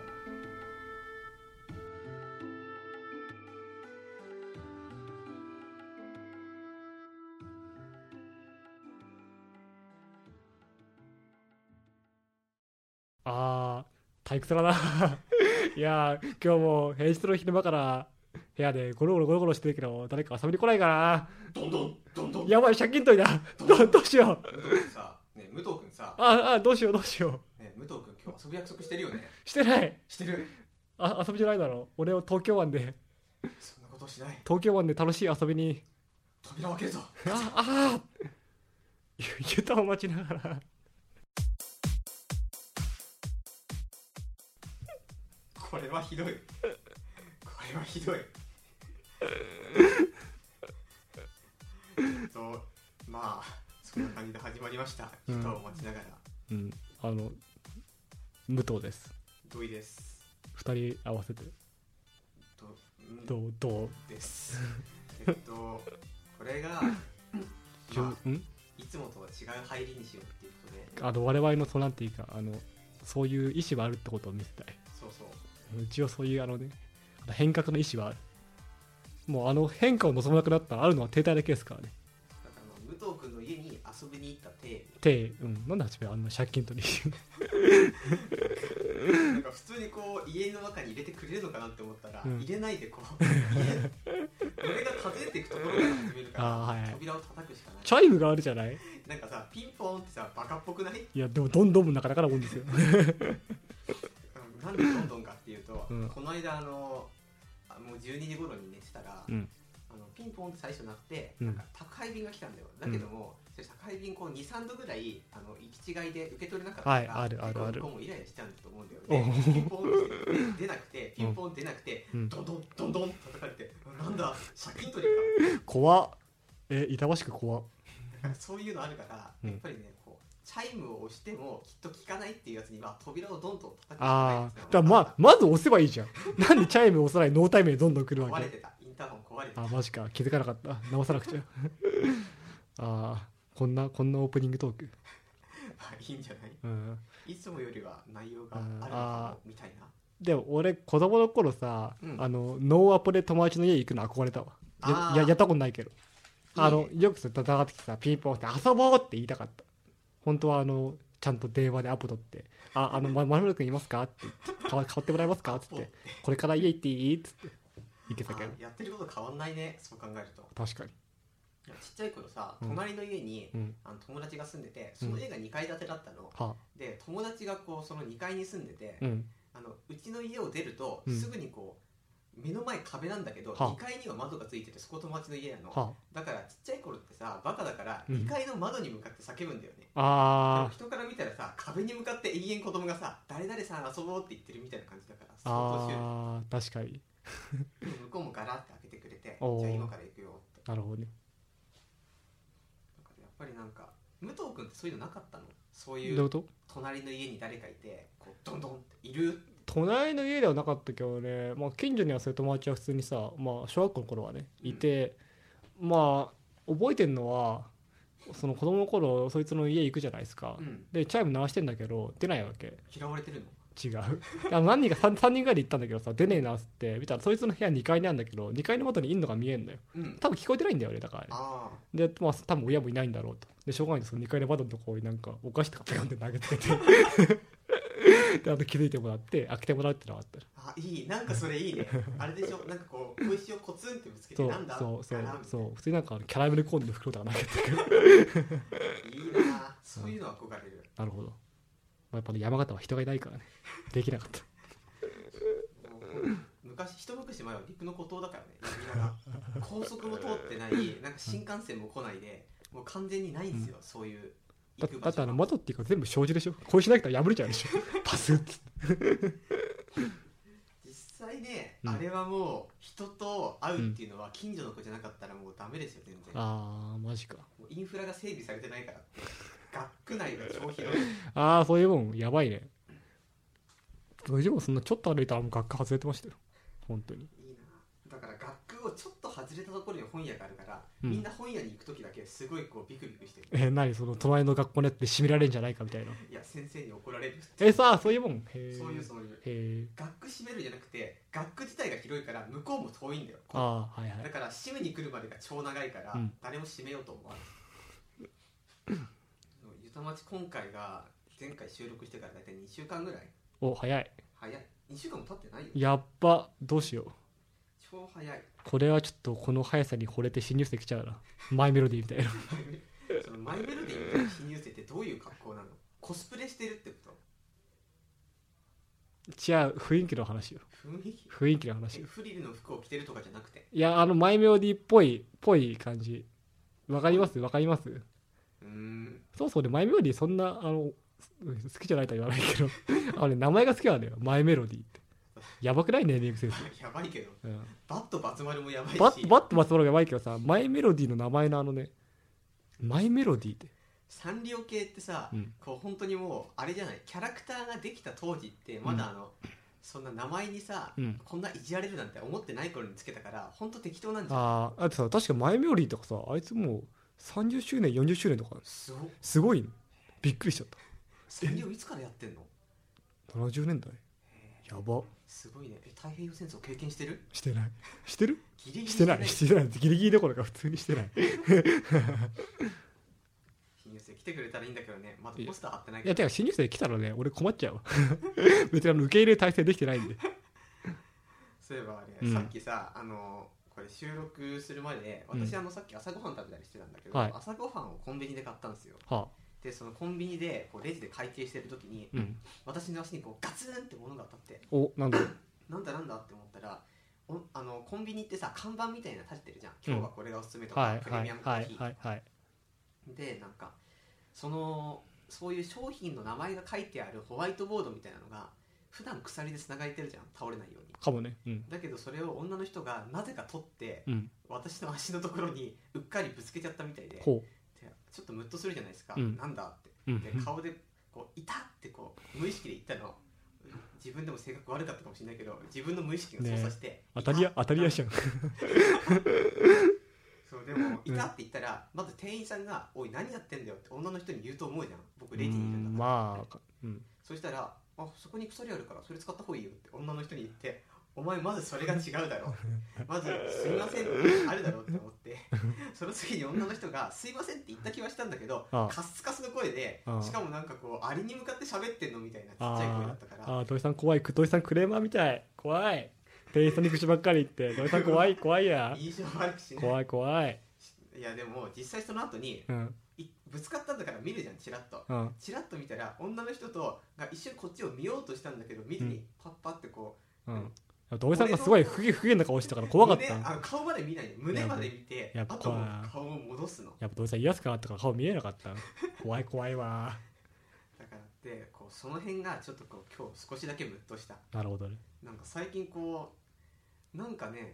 [SPEAKER 1] あー退屈だな いやー今日も平日の昼間から部屋でゴロゴロゴロゴロしてるけど誰か遊びに来ないかな
[SPEAKER 3] どんどんどんどん
[SPEAKER 1] やばい借金取りだ どどうしよう
[SPEAKER 3] 武藤君さ、ね、武藤君さ、
[SPEAKER 1] ああどうしようどうしよ
[SPEAKER 3] ね、武藤君今日遊ぶ約束してるよね
[SPEAKER 1] うしてない
[SPEAKER 3] してる
[SPEAKER 1] あ遊びじゃないだろ俺を東京湾で
[SPEAKER 3] そんなこ
[SPEAKER 2] ことしない
[SPEAKER 1] 東京湾で楽しい遊びに
[SPEAKER 2] 扉を開けるぞ
[SPEAKER 1] ああ ゆゆたを待ちながら
[SPEAKER 2] これはひどいこれはひどいえっとまあそんな感じで始まりました
[SPEAKER 1] うん
[SPEAKER 2] 歌を待ちながら
[SPEAKER 1] うんあの武藤です
[SPEAKER 2] 土井です
[SPEAKER 1] 二人合わせて
[SPEAKER 2] とうん
[SPEAKER 1] どうどう
[SPEAKER 2] ですえっとこれが、
[SPEAKER 1] じゅ
[SPEAKER 2] まあ、
[SPEAKER 1] ん
[SPEAKER 2] いつもとは違う入りにしようっていうことで
[SPEAKER 1] あの我々のそうなんていうかあのそういう意思はあるってことを見せたい
[SPEAKER 2] そうそう
[SPEAKER 1] うちはそういうあのねあの変革の意思はあるもうあの変化を望まなくなったらあるのは停滞だけですからね
[SPEAKER 2] だからあの武藤君の家に遊びに行ったて
[SPEAKER 1] 停うんなんで初めあんな借金取り
[SPEAKER 2] なんか普通にこう家の中に入れてくれるのかなって思ったら、
[SPEAKER 1] うん
[SPEAKER 2] 入れないでこう家俺が数えていくところから始めるから
[SPEAKER 1] あーはいはい
[SPEAKER 2] 扉を叩くしかない
[SPEAKER 1] チャイムがあるじゃない
[SPEAKER 2] なんかさピンポーンってさバカっぽくない
[SPEAKER 1] いやでもどんどんもなかなかなもんですよ
[SPEAKER 2] うんなんでどんどんかっていうと、
[SPEAKER 1] うん
[SPEAKER 2] この間あのあもう12時頃に寝てたら、
[SPEAKER 1] うん
[SPEAKER 2] あのピンポーンって最初鳴って、
[SPEAKER 1] うん
[SPEAKER 2] なんか宅配便が来たんだよだけども、それ宅配便こう23度ぐらいあの行き違いで受け取れなかったから、
[SPEAKER 1] はいあるあるある
[SPEAKER 2] 結構向こうもイライラしちゃうんだと思うんだよ
[SPEAKER 1] お
[SPEAKER 2] ね
[SPEAKER 1] う
[SPEAKER 2] ピンポーンって出て出なくてピンポーン出なくて、
[SPEAKER 1] うん
[SPEAKER 2] どんどんどんどん叩かれてなんだ借金取り
[SPEAKER 1] 怖っえ板橋区怖っ
[SPEAKER 2] か そういうのあるから、
[SPEAKER 1] うん
[SPEAKER 2] やっぱりねこうチャイムを押してもきっと聞かないっていうやつには扉をどんどん叩くしかない
[SPEAKER 1] あ
[SPEAKER 2] です
[SPEAKER 1] あ
[SPEAKER 2] よ
[SPEAKER 1] だからまあまず押せばいいじゃんなんでチャイム押さないノータイムでどんどん来るわ
[SPEAKER 2] 壊れ
[SPEAKER 1] け
[SPEAKER 2] てたインターホン壊れてた
[SPEAKER 1] あマジか気づかなかった直さなくちゃ ああこんなこんなオープニングトーク
[SPEAKER 2] まあいいんじゃない
[SPEAKER 1] うん
[SPEAKER 2] いつもよりは内容があ
[SPEAKER 1] う
[SPEAKER 2] る
[SPEAKER 1] ん
[SPEAKER 2] の
[SPEAKER 1] あ
[SPEAKER 2] かもみたいな
[SPEAKER 1] でも俺子供の頃さ、
[SPEAKER 2] うん
[SPEAKER 1] あのノーアポで友達の家行くの憧れたわ
[SPEAKER 2] あ
[SPEAKER 1] や
[SPEAKER 2] ー
[SPEAKER 1] ややったことないけど
[SPEAKER 2] いいね
[SPEAKER 1] あのよくさ戦ってきてさピンポンって遊ぼうって言いたかった本当はあのちゃんと電話でアポ取って「ああのまるくんいますか?」って言ってかわ「代わってもらえますか?」っつって「これから家行っていい?」っつって行けたけど
[SPEAKER 2] あーやってること変わんないねそう考えると
[SPEAKER 1] 確かに
[SPEAKER 2] ちっちゃい頃さ
[SPEAKER 1] うん
[SPEAKER 2] 隣の家に、
[SPEAKER 1] うん
[SPEAKER 2] あの友達が住んでてその家が2階建てだったの、
[SPEAKER 1] は
[SPEAKER 2] で友達がこうその2階に住んでて、
[SPEAKER 1] うん
[SPEAKER 2] あのうちの家を出ると、
[SPEAKER 1] うん
[SPEAKER 2] すぐにこう目の前壁なんだけど、
[SPEAKER 1] はあ
[SPEAKER 2] 2階には窓がついててそこ友達の家なの
[SPEAKER 1] は
[SPEAKER 2] だからちっちゃい頃ってさバカだから
[SPEAKER 1] うん
[SPEAKER 2] 2階の窓に向かって叫ぶんだよね、でも
[SPEAKER 1] あ
[SPEAKER 2] 人から見たらさ壁に向かって永遠子供がさ「誰々さん遊ぼう」って言ってるみたいな感じだから
[SPEAKER 1] ああー確かに
[SPEAKER 2] シュールでも向こうもガラって開けてくれて「
[SPEAKER 1] おー
[SPEAKER 2] じゃあ今から行くよ」って
[SPEAKER 1] なるほどね
[SPEAKER 2] だからやっぱりなんか武藤君ってそういうのなかったのそう
[SPEAKER 1] どう
[SPEAKER 2] い
[SPEAKER 1] いうこ
[SPEAKER 2] う
[SPEAKER 1] と
[SPEAKER 2] 隣の家に誰かいてこうドンドンっている
[SPEAKER 1] 隣の家ではなかったけどね、まあ、近所にはそういう友達は普通にさ、まあ、小学校の頃はねいて、まあ覚えてるのはその子供の頃そいつの家行くじゃないですか、
[SPEAKER 2] うん
[SPEAKER 1] でチャイム鳴らしてんだけど出ないわけ
[SPEAKER 2] 嫌われてるの
[SPEAKER 1] 違う あの何人か 3, 3人ぐらいで行ったんだけどさ出ねえなっつって見たらそいつの部屋2階にあるんだけど2階の窓にいんのが見えんだよ
[SPEAKER 2] うん
[SPEAKER 1] 多分聞こえてないんだよねだからね
[SPEAKER 2] あ
[SPEAKER 1] でまあ多分親もいないんだろうとでしょうがないんです2階の窓のとこになんかお菓子とかペコンって投げてて であと気づいてもらって開けてもらうってのがあった
[SPEAKER 2] ーあいいなんかそ れいいねあれでしょなんかこう小石をコツンってぶつけて
[SPEAKER 1] そう
[SPEAKER 2] なんだ
[SPEAKER 1] そうそう
[SPEAKER 2] ガラン
[SPEAKER 1] そう普通になんかあのキャラメルコーンの袋とか投げて くる
[SPEAKER 2] いいなそういうの憧れる
[SPEAKER 1] なるほど、まあ、やっぱね山形は人がいないからね できなかった
[SPEAKER 2] もう昔一昔前は陸の孤島だからねみんなが高速も通ってないなんか新幹線も来ないでもう完全にないんですよ、そういう行
[SPEAKER 1] だ
[SPEAKER 2] く
[SPEAKER 1] だ
[SPEAKER 2] 場
[SPEAKER 1] って
[SPEAKER 2] 所
[SPEAKER 1] あの
[SPEAKER 2] が
[SPEAKER 1] 窓っていうか全部障子でしょこうしなきゃ破れちゃうでしょ パスッつって
[SPEAKER 2] 実際ね、
[SPEAKER 1] うん
[SPEAKER 2] あれはもう人と会うっていうのは近所の子じゃなかったらもうダメですよ全然、も
[SPEAKER 1] あーマジか
[SPEAKER 2] うインフラが整備されてないからって学区内が超広い
[SPEAKER 1] ああそういうもんやばいね大丈夫そんなちょっと歩いたらもう学科外れてましたよ本当に
[SPEAKER 2] いいなだから学区をちょっと外れたところに本屋があるから、
[SPEAKER 1] うん
[SPEAKER 2] みんな本屋に行く時だけすごいこうビクビクしてる
[SPEAKER 1] え何その隣の学校のやつで締められるんじゃないかみたいない
[SPEAKER 2] や先生に怒られるって
[SPEAKER 1] えさあそういうもんへえ
[SPEAKER 2] そういうそういう
[SPEAKER 1] へえ
[SPEAKER 2] 学区閉めるじゃなくて学区自体が広いから向こうも遠いんだよ
[SPEAKER 1] ああはいはい
[SPEAKER 2] だから閉めに来るまでが超長いから、
[SPEAKER 1] うん
[SPEAKER 2] 誰も閉めようと思わないゆたまち今回が前回収録してから大体2週間ぐらい
[SPEAKER 1] お早い
[SPEAKER 2] 早い2週間も経ってないよ
[SPEAKER 1] やっぱどうしよう
[SPEAKER 2] 超早い
[SPEAKER 1] これはちょっとこの速さに惚れて新入生来ちゃうなマイメロディーみたいな
[SPEAKER 2] そのマイメロディーみたいな新入生ってどういう格好なのコスプレしてるってこと
[SPEAKER 1] 違う雰囲気の話よ
[SPEAKER 2] 雰囲気
[SPEAKER 1] 雰囲気の話
[SPEAKER 2] え
[SPEAKER 1] よ
[SPEAKER 2] フリルの服を着てるとかじゃなくて
[SPEAKER 1] いやあのマイメロディっぽいぽい感じわかりますわかります
[SPEAKER 2] うーん
[SPEAKER 1] そうそうねマイメロディそんなあのうん好きじゃないとは言わないけど あの、ね、名前が好きなんだよマイメロディってやばくないねネーミングセンス、
[SPEAKER 2] やばいけど
[SPEAKER 1] うん、
[SPEAKER 2] バットバツ丸もやばいし
[SPEAKER 1] バッバッと松丸がやばいけどさマイメロディの名前のあのねマイメロディって
[SPEAKER 2] サンリオ系ってさ、
[SPEAKER 1] うん
[SPEAKER 2] こう本当にもうあれじゃないキャラクターができた当時ってまだあの、そんな名前にさ、
[SPEAKER 1] うん
[SPEAKER 2] こんないじられるなんて思ってない頃につけたから本当適当なんじゃん
[SPEAKER 1] あああとさ確かマイメロディとかさあいつもう30周年40周年とか
[SPEAKER 2] すごっ
[SPEAKER 1] すごいのびっくりしちゃっ
[SPEAKER 2] サンリオいつからやってんの
[SPEAKER 1] た70年代やば
[SPEAKER 2] すごいねえ太平洋戦争経験してる
[SPEAKER 1] してないしてる
[SPEAKER 2] ギリギリ
[SPEAKER 1] して ないしてないギリギリどころか普通にしてない
[SPEAKER 2] 新入生来てくれたらいいんだけどねまだ
[SPEAKER 1] いや
[SPEAKER 2] ポスター貼ってない
[SPEAKER 1] い
[SPEAKER 2] け
[SPEAKER 1] や
[SPEAKER 2] ど
[SPEAKER 1] てか新入生来たらね俺困っちゃうわ 別にあの受け入れる体制できてないんで
[SPEAKER 2] そういえばあれ、
[SPEAKER 1] うん
[SPEAKER 2] さっきさあのこれ収録するまで
[SPEAKER 1] うん
[SPEAKER 2] 私、あのさっき朝ごはん食べたりしてたんだけど、
[SPEAKER 1] はい
[SPEAKER 2] 朝ごはんをコンビニで買ったんですよ
[SPEAKER 1] は
[SPEAKER 2] でそのコンビニでこうレジで会計してる時に
[SPEAKER 1] あうん
[SPEAKER 2] 私の足にこうガツンって物が当たって
[SPEAKER 1] おなんだろう
[SPEAKER 2] なんだなんだって思ったらおあのコンビニってさ看板みたいなの立ててるじゃん今日はこれがおすすめとか、
[SPEAKER 1] はい
[SPEAKER 2] プレ
[SPEAKER 1] はい
[SPEAKER 2] ミアムコ
[SPEAKER 1] はい
[SPEAKER 2] ーヒー、
[SPEAKER 1] はいはい
[SPEAKER 2] でなんかそのそういう商品の名前が書いてあるホワイトボードみたいなのが普段鎖で繋がれてるじゃん倒れないように
[SPEAKER 1] かもねうん
[SPEAKER 2] だけどそれを女の人がなぜか取って
[SPEAKER 1] うん
[SPEAKER 2] 私の足のところにうっかりぶつけちゃったみたいでで
[SPEAKER 1] ほ
[SPEAKER 2] ちょっとムッとするじゃないですか、
[SPEAKER 1] うん
[SPEAKER 2] なんだって
[SPEAKER 1] ううん
[SPEAKER 2] で顔でこう「痛っ!」てこう無意識で言ったの自分でも性格悪かったかもしれないけど自分の無意識が操作して、
[SPEAKER 1] 当たりや
[SPEAKER 2] 痛っ
[SPEAKER 1] 当たりやしちゃう
[SPEAKER 2] そうでも「
[SPEAKER 1] うん
[SPEAKER 2] 痛っ!」って言ったら、まず店員さんが「おい何やってんだよ」って女の人に言うと思うじゃん僕レジにいるんだから、
[SPEAKER 1] まあうん
[SPEAKER 2] そしたら「あそこに鎖あるからそれ使った方がいいよ」って女の人に言って「お前まずそれが違う だろ」まず「すいません」ってあるだろうって思ってその次に女の人が「すいません」って言った気はしたんだけど
[SPEAKER 1] ああ
[SPEAKER 2] カスカスの声で
[SPEAKER 1] ああ
[SPEAKER 2] しかもなんかこうアリに向かって喋ってんのみたいなちっちゃい声だったから
[SPEAKER 1] ああ土井さん怖い土井さんクレーマーみたい怖い店員さんに口ばっかり言って土井さん怖い怖いや
[SPEAKER 2] 印象悪くしない
[SPEAKER 1] 怖い怖い
[SPEAKER 2] いやでも実際その後に
[SPEAKER 1] うん
[SPEAKER 2] いぶつかったんだから見るじゃんチラッと
[SPEAKER 1] うん
[SPEAKER 2] チラッと見たら女の人とが一瞬こっちを見ようとしたんだけど見ず
[SPEAKER 1] う
[SPEAKER 2] にパッパってこ
[SPEAKER 1] うん土井さんがすごい不機不機嫌な顔してたから怖かった
[SPEAKER 2] 胸
[SPEAKER 1] や
[SPEAKER 2] あ顔まで見ないで胸まで見て
[SPEAKER 1] やっ
[SPEAKER 2] あ
[SPEAKER 1] ぱ
[SPEAKER 2] ともう
[SPEAKER 1] 怖い
[SPEAKER 2] 顔を戻すの
[SPEAKER 1] っぱ土井さん癒やすかなったから顔見えなかった怖い怖いわ
[SPEAKER 2] だからってこうその辺がちょっとこう今日少しだけムッとした
[SPEAKER 1] なるほどね
[SPEAKER 2] なんか最近こうなんかね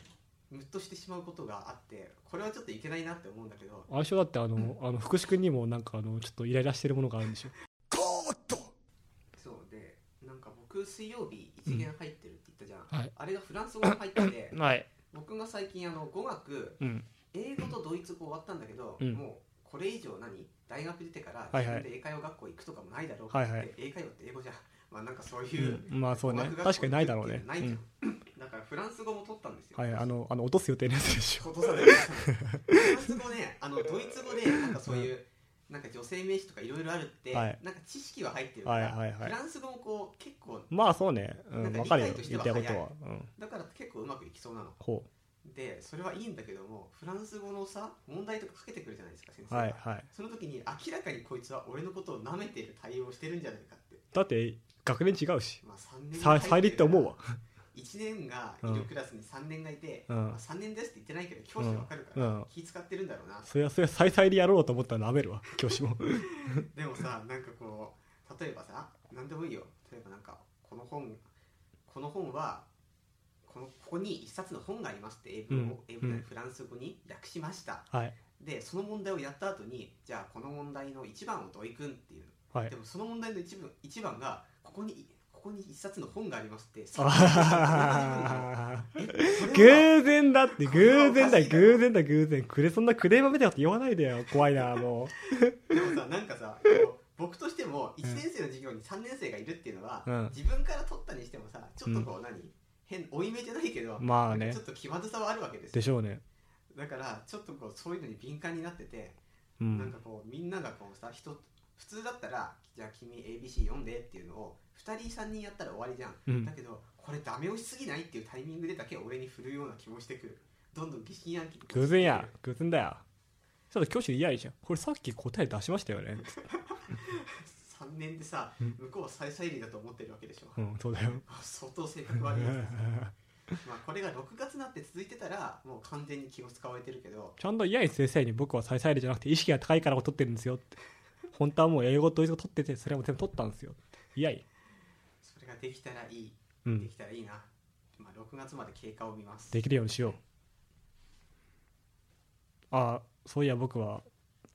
[SPEAKER 2] ムッとしてしまうことがあってこれはちょっといけないなって思うんだけど
[SPEAKER 1] 相性だってあのあの福士君にもなんかあのちょっとイライラしてるものがあるんでしょ
[SPEAKER 2] そうでなんか僕水曜日一元入ってるって言ったじゃん、
[SPEAKER 1] はい
[SPEAKER 2] あれがフランス語に入ってて
[SPEAKER 1] はい
[SPEAKER 2] 僕が最近あの語学
[SPEAKER 1] うん
[SPEAKER 2] 英語とドイツ語終わったんだけど、
[SPEAKER 1] うん
[SPEAKER 2] もうこれ以上何大学出てから
[SPEAKER 1] はい
[SPEAKER 2] 自
[SPEAKER 1] はい
[SPEAKER 2] 分で英会話学校行くとかもないだろう
[SPEAKER 1] はいはい
[SPEAKER 2] って英会話って英語じゃん まあなんかそう
[SPEAKER 1] う
[SPEAKER 2] いう、
[SPEAKER 1] んまあそうね
[SPEAKER 2] 語学学校
[SPEAKER 1] 確かにないだろうね
[SPEAKER 2] ないうじゃん
[SPEAKER 1] ん、
[SPEAKER 2] だからフランス語も取ったんですよ
[SPEAKER 1] はいあのあの落とす予定のやつでしょ
[SPEAKER 2] 落とさないでくださいフランス語ねあのドイツ語でなんかそういう、なんか女性名詞とかいろいろあるって、
[SPEAKER 1] はい
[SPEAKER 2] なんか知識は入ってるから、
[SPEAKER 1] はいはいはい
[SPEAKER 2] フランス語もこう結構
[SPEAKER 1] まあそうねう
[SPEAKER 2] なん
[SPEAKER 1] ん
[SPEAKER 2] か
[SPEAKER 1] わかるよ
[SPEAKER 2] 理解とし
[SPEAKER 1] 言
[SPEAKER 2] て
[SPEAKER 1] っ
[SPEAKER 2] は
[SPEAKER 1] たい
[SPEAKER 2] 早
[SPEAKER 1] こ
[SPEAKER 2] い
[SPEAKER 1] とはうん
[SPEAKER 2] だから結構うまくいきそうなの
[SPEAKER 1] こ
[SPEAKER 2] でそれはいいんだけどもフランス語のさ問題とかかけてくるじゃないですか先
[SPEAKER 1] う
[SPEAKER 2] 生が、
[SPEAKER 1] はいはい
[SPEAKER 2] その時に明らかにこいつは俺のことを舐めてる対応してるんじゃないかって
[SPEAKER 1] だって学年違うし
[SPEAKER 2] まあ3年
[SPEAKER 1] さ再利って思うわ
[SPEAKER 2] 1年がいるクラスに3年がいて、
[SPEAKER 1] うん
[SPEAKER 2] まあ、3年ですって言ってないけど教師はわかるから、
[SPEAKER 1] うんうん
[SPEAKER 2] 気使ってるんだろうな
[SPEAKER 1] そりゃそりゃ再再利やろうと思ったら舐めるわ教師 も
[SPEAKER 2] でもさなんかこう例えばさ何でもいいよ例えばなんかこの本この本はこのここに一冊の本がありますって英文
[SPEAKER 1] う
[SPEAKER 2] を、
[SPEAKER 1] ん
[SPEAKER 2] 英文じゃない
[SPEAKER 1] うん
[SPEAKER 2] フランス語に訳しました
[SPEAKER 1] はい
[SPEAKER 2] でその問題をやった後にじゃあこの問題の1番を土井君っていう
[SPEAKER 1] はい
[SPEAKER 2] でもその問題の一部一番がここにここに一冊の本がありますっ てさ
[SPEAKER 1] あー
[SPEAKER 2] それは
[SPEAKER 1] 偶然だって偶然だ偶然だ偶然くれそんなクレーマーみたいなこと言わないでよ怖いなも
[SPEAKER 2] でもさなんかさこう僕としても1年生の授業に3年生がいるっていうのは、
[SPEAKER 1] うん
[SPEAKER 2] 自分から取ったにしてもさちょっとこう何、変負い目じゃないけど、
[SPEAKER 1] うまあ
[SPEAKER 2] なん
[SPEAKER 1] ね
[SPEAKER 2] かちょっと気まずさはあるわけです
[SPEAKER 1] で
[SPEAKER 2] よ
[SPEAKER 1] しょうね
[SPEAKER 2] だからちょっとこうそういうのに敏感になってて、
[SPEAKER 1] う
[SPEAKER 2] なん
[SPEAKER 1] ん
[SPEAKER 2] かこうみんながこうさ人普通だったらじゃあ君 ABC 読んでっていうのを2人3人やったら終わりじゃん、
[SPEAKER 1] うん
[SPEAKER 2] だけどこれダメ押しすぎないっていうタイミングでだけ俺に振るような気もしてくるどんどん疑心暗鬼に
[SPEAKER 1] 偶然や偶然だよちょっと教師嫌いじゃんこれさっき答え出しましたよね
[SPEAKER 2] 3年でさ
[SPEAKER 1] うん
[SPEAKER 2] 向こうは再再利だと思ってるわけでしょ
[SPEAKER 1] うん、そうだよ。
[SPEAKER 2] あ相当性格悪いやつですねまあこれが6月になって続いてたらもう完全に気を使われてるけど
[SPEAKER 1] ちゃんとイヤイ先生に僕は再々入れじゃなくて意識が高いから取ってるんですよって。本当はもう英語とドイツ語取ってて、それはもう全部取ったんですよ。イヤイ。
[SPEAKER 2] それができたらいいうで
[SPEAKER 1] ん。
[SPEAKER 2] きたらいいな、まあ、6月まで経過を見ます
[SPEAKER 1] できるようにしよう。ああ、そういや僕は、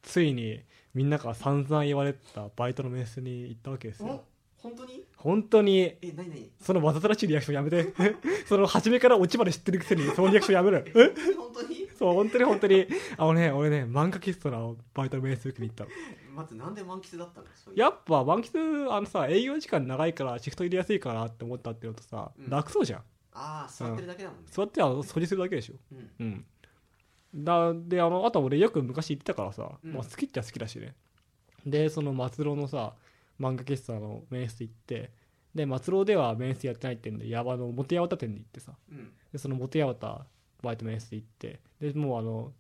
[SPEAKER 1] ついにみんなから散々言われてたバイトの面接に行ったわけです
[SPEAKER 2] お
[SPEAKER 1] よ。
[SPEAKER 2] 本当に
[SPEAKER 1] 本当に、
[SPEAKER 2] え何何
[SPEAKER 1] そのわざとらしいリアクションやめて。 その初めからオチまで知ってるくせに、そのリアクションやめる。え
[SPEAKER 2] 本当に
[SPEAKER 1] そう、本当に本当に。あのね、俺ね、漫画喫茶のバイトの面接受けに行ったの。
[SPEAKER 2] 待ってなんで満喫だったのそういう
[SPEAKER 1] やっぱ満喫あのさ営業時間長いからシフト入れやすいかなって思ったっていうのとさ、
[SPEAKER 2] うん
[SPEAKER 1] 楽そうじゃん
[SPEAKER 2] ああ座ってるだけだもんね
[SPEAKER 1] 座ってあの掃除するだけでしょ
[SPEAKER 2] うん、
[SPEAKER 1] うんだであのあと俺よく昔行ってたからさ、
[SPEAKER 2] うん
[SPEAKER 1] まあ、好きっちゃ好きだしねでその松郎のさ漫画喫茶の面接行ってで松郎では面接やってないってんでやばの元八幡店に行ってさ
[SPEAKER 2] うん、
[SPEAKER 1] でその元八幡バイト面接行ってでもうあの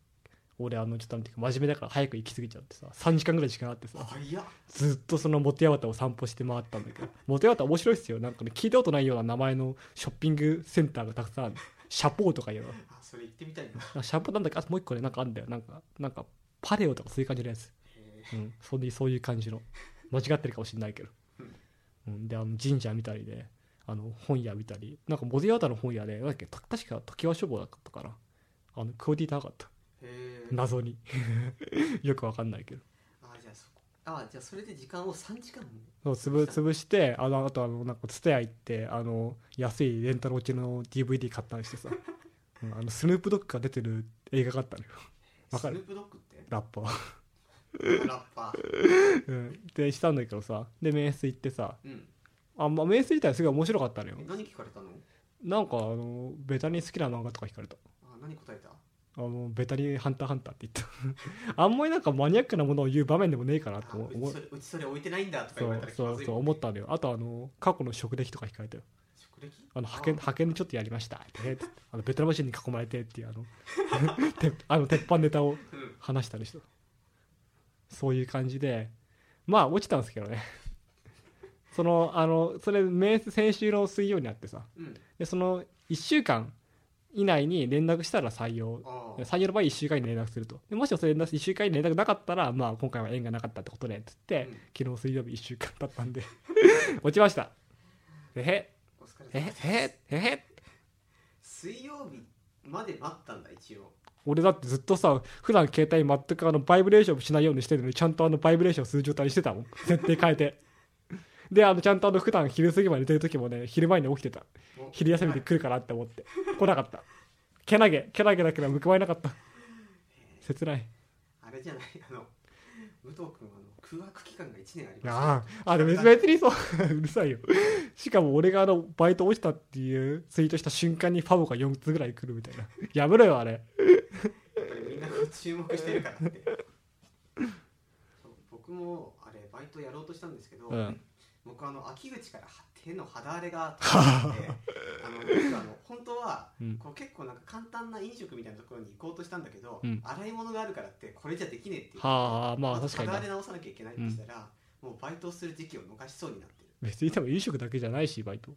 [SPEAKER 1] 俺あのちょっとなんていうか真面目だから早く行き過ぎちゃってさ3時間ぐらい時間あってさ
[SPEAKER 2] 早っ
[SPEAKER 1] ずっとそのモテヤワタを散歩して回ったんだ けどモテヤワタ面白いっすよなんかね聞いたことないような名前のショッピングセンターがたくさんあるシャポーとかいうの
[SPEAKER 2] あそれ行ってみたいな
[SPEAKER 1] あシャポーなんだっけあともう一個ねなんかあんだよなんかなんかパレオとかそういう感じのやつ、
[SPEAKER 2] へ
[SPEAKER 1] うん、そんでそういう感じの間違ってるかもしれないけど、うん、であの神社見たりで、あの本屋見たりなんかモテヤワタの本屋で、なんだっけた確か時は書房だったかなあのクオリティ高かった
[SPEAKER 2] えへえ
[SPEAKER 1] 謎に よくわかんないけど
[SPEAKER 2] あじゃあそこあじゃあそれで時間を3時間も
[SPEAKER 1] そうつぶ潰してあのあとあのなんかツタヤ行ってあの安いレンタル落ちの DVD 買ったり してさうんあのスヌープドッグが出てる映画があったのよ わ
[SPEAKER 2] ス
[SPEAKER 1] か
[SPEAKER 2] ヌ
[SPEAKER 1] る
[SPEAKER 2] ープドッグって
[SPEAKER 1] ラッパー、
[SPEAKER 2] ラッパー
[SPEAKER 1] うん、でしたんだけどさで面接行ってさ
[SPEAKER 2] うん
[SPEAKER 1] あ、まあ、面接自体すごい面白かったのよ
[SPEAKER 2] え何聞かれたの
[SPEAKER 1] なんかあのベタに好きな漫画とか聞かれた
[SPEAKER 2] あ何答えた
[SPEAKER 1] あのベタに「ハンターハンター」って言った あんまりなんかマニアックなものを言う場面でもねえかなと
[SPEAKER 2] あ
[SPEAKER 1] 思
[SPEAKER 2] うちそれうちそれ置いてないんだとか
[SPEAKER 1] そ
[SPEAKER 2] 言われた
[SPEAKER 1] う
[SPEAKER 2] ら気
[SPEAKER 1] そ
[SPEAKER 2] ま
[SPEAKER 1] う
[SPEAKER 2] ずい
[SPEAKER 1] そう
[SPEAKER 2] もん
[SPEAKER 1] 思ったのよあとあの過去の職歴とか聞かれたよ
[SPEAKER 2] 職歴
[SPEAKER 1] あの派遣
[SPEAKER 2] あ
[SPEAKER 1] 派遣でちょっとやりましたであのベトナム人に囲まれてっていうあのてあの 鉄板ネタを
[SPEAKER 2] うん
[SPEAKER 1] 話したりしたそういう感じでまあ落ちたんですけどね そのあのそれ面接先週の水曜になってさ
[SPEAKER 2] うん
[SPEAKER 1] でその1週間以内に連絡したら採用
[SPEAKER 2] ああ
[SPEAKER 1] 採用の場合1週間に連絡するとでもしそれ1週間に連絡なかったら、まあ、今回は縁がなかったってことねっつって、
[SPEAKER 2] うん
[SPEAKER 1] 昨日水曜日1週間経ったんで 落ちましたえへ
[SPEAKER 2] お疲れ様
[SPEAKER 1] え
[SPEAKER 2] です
[SPEAKER 1] えええ
[SPEAKER 2] 水曜日まで待ったんだ一応
[SPEAKER 1] 俺だってずっとさ普段携帯全くあのバイブレーションしないようにしてるのにちゃんとあのバイブレーションする状態にしてたもん設定変えてであのちゃんとあの普段昼過ぎまで寝てる時もね昼前に起きてた
[SPEAKER 2] お
[SPEAKER 1] 昼休みで来るかなって思って来なかったけなげけなげだけど報われなかった切ない
[SPEAKER 2] あれじゃないあの武藤君はあの空白期間が1年ありま
[SPEAKER 1] あああでも別別にそう うるさいよしかも俺があのバイト落ちたっていうツイートした瞬間にファボが4つぐらい来るみたいなやめろよあれ
[SPEAKER 2] すやっぱりみんなこう注目してるからってそう 僕もあれバイトやろうとしたんですけど、
[SPEAKER 1] うん
[SPEAKER 2] 僕あの秋口から手の肌荒れが あってあの僕あの本当は
[SPEAKER 1] うん
[SPEAKER 2] こう結構なんか簡単な飲食みたいなところに行こうとしたんだけど、
[SPEAKER 1] うん
[SPEAKER 2] 洗い物があるからってこれじゃできねえっていう
[SPEAKER 1] はあまあ
[SPEAKER 2] まず
[SPEAKER 1] 確かに
[SPEAKER 2] 肌
[SPEAKER 1] な
[SPEAKER 2] 荒れ直さなきゃいけないってしたら、もうバイトをする時期を逃しそうになってる
[SPEAKER 1] 別に多分飲食だけじゃないしバイト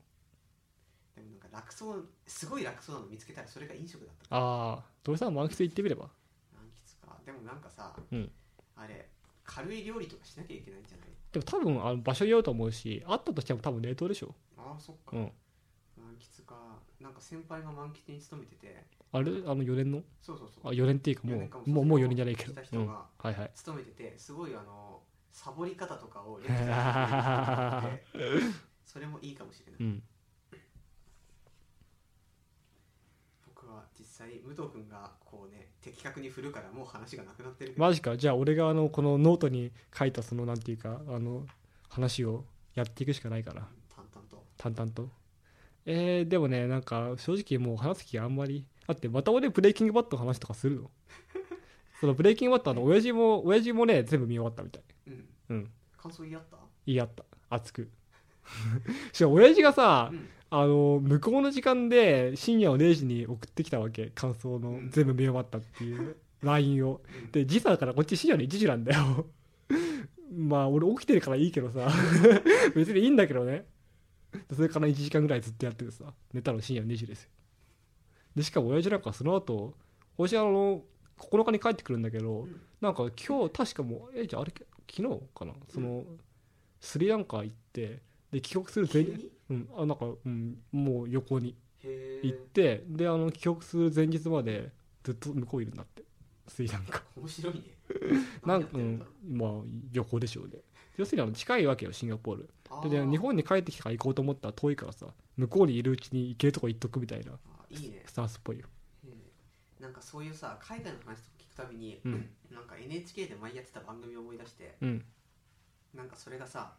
[SPEAKER 2] でもなんか楽そうすごい楽そうなの見つけたらそれが飲食だった
[SPEAKER 1] ああ土井さん満喫行ってみれば
[SPEAKER 2] 満喫かでもなんかさ、
[SPEAKER 1] うん
[SPEAKER 2] あれ軽い料理とかしなきゃいけないんじゃない
[SPEAKER 1] でも多分あの場所によると思うしあったとしても多分冷凍でしょ
[SPEAKER 2] ああそっか、
[SPEAKER 1] うん
[SPEAKER 2] 満喫かなんか先輩が満喫に勤めてて
[SPEAKER 1] あれあの4年の
[SPEAKER 2] そうそうそ
[SPEAKER 1] あ
[SPEAKER 2] う
[SPEAKER 1] 4年っていうかも
[SPEAKER 2] 四年か
[SPEAKER 1] う
[SPEAKER 2] も
[SPEAKER 1] もうもう4年じゃないけ
[SPEAKER 2] 来
[SPEAKER 1] ど
[SPEAKER 2] た
[SPEAKER 1] う
[SPEAKER 2] 人
[SPEAKER 1] んは
[SPEAKER 2] が
[SPEAKER 1] いはい
[SPEAKER 2] 勤めててすごいあのサボり方とか をレクチャーしてくれてそれもいいかもしれない、
[SPEAKER 1] うん
[SPEAKER 2] 僕は実際武藤君がこうね的確に振るからもう話がなくなってるけど
[SPEAKER 1] マジかじゃあ俺があのこのノートに書いたそのなんていうかあの話をやっていくしかないから
[SPEAKER 2] 淡々と
[SPEAKER 1] 淡々とえー、でもねなんか正直もう話す気あんまりだってまた俺ブレイキングバットの話とかする のそのブレイキングバットあの親父も親父もね全部見終わったみたい
[SPEAKER 2] うん
[SPEAKER 1] うん
[SPEAKER 2] 感想言い合った
[SPEAKER 1] 言い合った熱くしかも親父がさ
[SPEAKER 2] うん
[SPEAKER 1] あの向こうの時間で深夜を0時に送ってきたわけ感想の
[SPEAKER 2] ん
[SPEAKER 1] 全部見 終わったっていう LINE を
[SPEAKER 2] うん
[SPEAKER 1] で時差だからこっち深夜の1時なんだよ まあ俺起きてるからいいけどさ 別にいいんだけどねそれから1時間ぐらいずっとやっててさ寝たの深夜2時ですよでしかも親父なんかその後親父あの9日に帰ってくるんだけど、
[SPEAKER 2] うん
[SPEAKER 1] なんか今日確かもうえじゃああれ昨日かなその、スリランカ行ってで帰国する
[SPEAKER 2] 急
[SPEAKER 1] 前
[SPEAKER 2] に
[SPEAKER 1] うんあなんか、うん、もう横に
[SPEAKER 2] へ
[SPEAKER 1] 行っ
[SPEAKER 2] え
[SPEAKER 1] てであの帰国する前日までずっと向こういるんだってスリラン カ
[SPEAKER 2] 面白 いね
[SPEAKER 1] な
[SPEAKER 2] 何
[SPEAKER 1] ん
[SPEAKER 2] やっ
[SPEAKER 1] か、う
[SPEAKER 2] てるん
[SPEAKER 1] ん
[SPEAKER 2] だろう、
[SPEAKER 1] まあ旅行でしょうね要するにあの近いわけよシンガポール
[SPEAKER 2] あ
[SPEAKER 1] で
[SPEAKER 2] ー
[SPEAKER 1] で日本に帰ってきてから行こうと思ったら遠いからさ向こうにいるうちに行けるとこ行っとくみたいな
[SPEAKER 2] あいいね
[SPEAKER 1] スタンスっぽいよ
[SPEAKER 2] うんなんかそういうさ海外の話とか聞くたびに、
[SPEAKER 1] うん
[SPEAKER 2] なんか NHK で前やってた番組を思い出して
[SPEAKER 1] うん
[SPEAKER 2] なんかそれがさ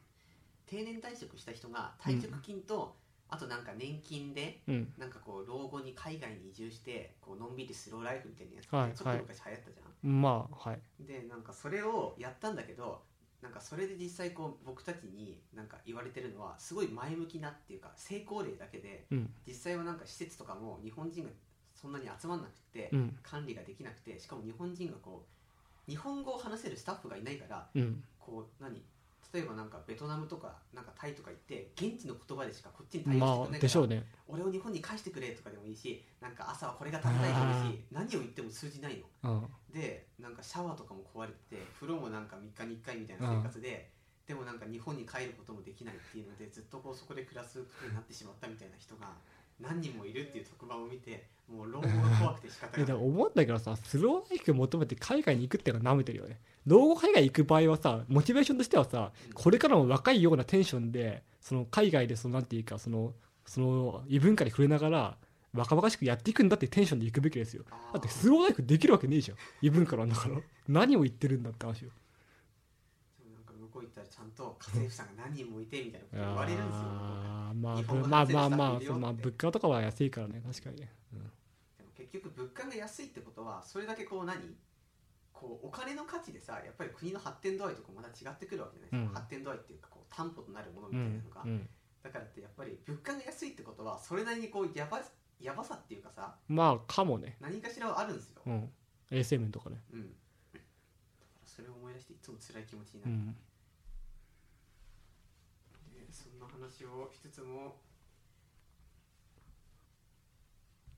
[SPEAKER 2] 定年退職した人が退職金と、あとなんか年金で
[SPEAKER 1] うん
[SPEAKER 2] なんかこう老後に海外に移住してこうのんびりスローライフみたいなやつ、
[SPEAKER 1] はい
[SPEAKER 2] ちょっ
[SPEAKER 1] はい
[SPEAKER 2] と昔流行ったじゃん、
[SPEAKER 1] まあはい
[SPEAKER 2] でなんかそれをやったんだけどなんかそれで実際こう僕たちになんか言われてるのはすごい前向きなっていうか成功例だけで
[SPEAKER 1] うん
[SPEAKER 2] 実際はなんか施設とかも日本人がそんなに集まんなくて、
[SPEAKER 1] うん
[SPEAKER 2] 管理ができなくてしかも日本人がこう日本語を話せるスタッフがいないから
[SPEAKER 1] うん
[SPEAKER 2] こう何例えばなんかベトナムとかなんかタイとか行って現地の言葉でしかこっちに対応してくれない
[SPEAKER 1] ま
[SPEAKER 2] か
[SPEAKER 1] あ
[SPEAKER 2] ら、
[SPEAKER 1] でしょうね
[SPEAKER 2] 俺を日本に返してくれとかでもいいしなんか朝はこれが食べたいでもいいし何を言っても通じないの
[SPEAKER 1] うん
[SPEAKER 2] でなんかシャワーとかも壊れてて風呂もなんか3日に1回みたいな生活で、でもなんか日本に帰ることもできないっていうのでずっとこうそこで暮らすことになってしまったみたいな人が何人もいるっていう特番を見てもう老後が怖くて仕 方
[SPEAKER 1] いや
[SPEAKER 2] が
[SPEAKER 1] で
[SPEAKER 2] ない
[SPEAKER 1] も思うんだけどさスローライフ求めて海外に行くってのは舐めてるよね老後海外行く場合はさモチベーションとしてはさ
[SPEAKER 2] うん
[SPEAKER 1] これからも若いようなテンションでその海外でそのなんていうかそのその異文化に触れながら若々しくやっていくんだっていうテンションで行くべきですよ
[SPEAKER 2] あ
[SPEAKER 1] だって
[SPEAKER 2] ー
[SPEAKER 1] スローライフできるわけねえじゃん異文化なんだから何を言ってるんだって話よ
[SPEAKER 2] でもなんか向こう行ったらちゃんと家政婦さんが何人もいてみたいなこと言われるんですよ向こうが
[SPEAKER 1] あーまあ
[SPEAKER 2] 日本
[SPEAKER 1] ぶ
[SPEAKER 2] 語
[SPEAKER 1] まあ
[SPEAKER 2] 話せる
[SPEAKER 1] まあま
[SPEAKER 2] 人
[SPEAKER 1] あ
[SPEAKER 2] いるよ
[SPEAKER 1] そうまあ
[SPEAKER 2] って
[SPEAKER 1] 物価とかは安いからね確かにね
[SPEAKER 2] でも結局物価が安いってことはそれだけこう何こうお金の価値でさやっぱり国の発展度合いとかまた違ってくるわけじゃないですか、
[SPEAKER 1] うん
[SPEAKER 2] 発展度合いっていうかこう担保となるものみ
[SPEAKER 1] う
[SPEAKER 2] たいなんのが、
[SPEAKER 1] うん
[SPEAKER 2] だからってやっぱり物価が安いってことはそれなりにこうやばやばさっていうかさ
[SPEAKER 1] まあかもね
[SPEAKER 2] 何かしらはあるんですよ、
[SPEAKER 1] うん ASM とかね
[SPEAKER 2] うん、だからそれを思い出していつも辛い気持ちにな
[SPEAKER 1] う
[SPEAKER 2] る、
[SPEAKER 1] ん
[SPEAKER 2] ねそんな話をしつつも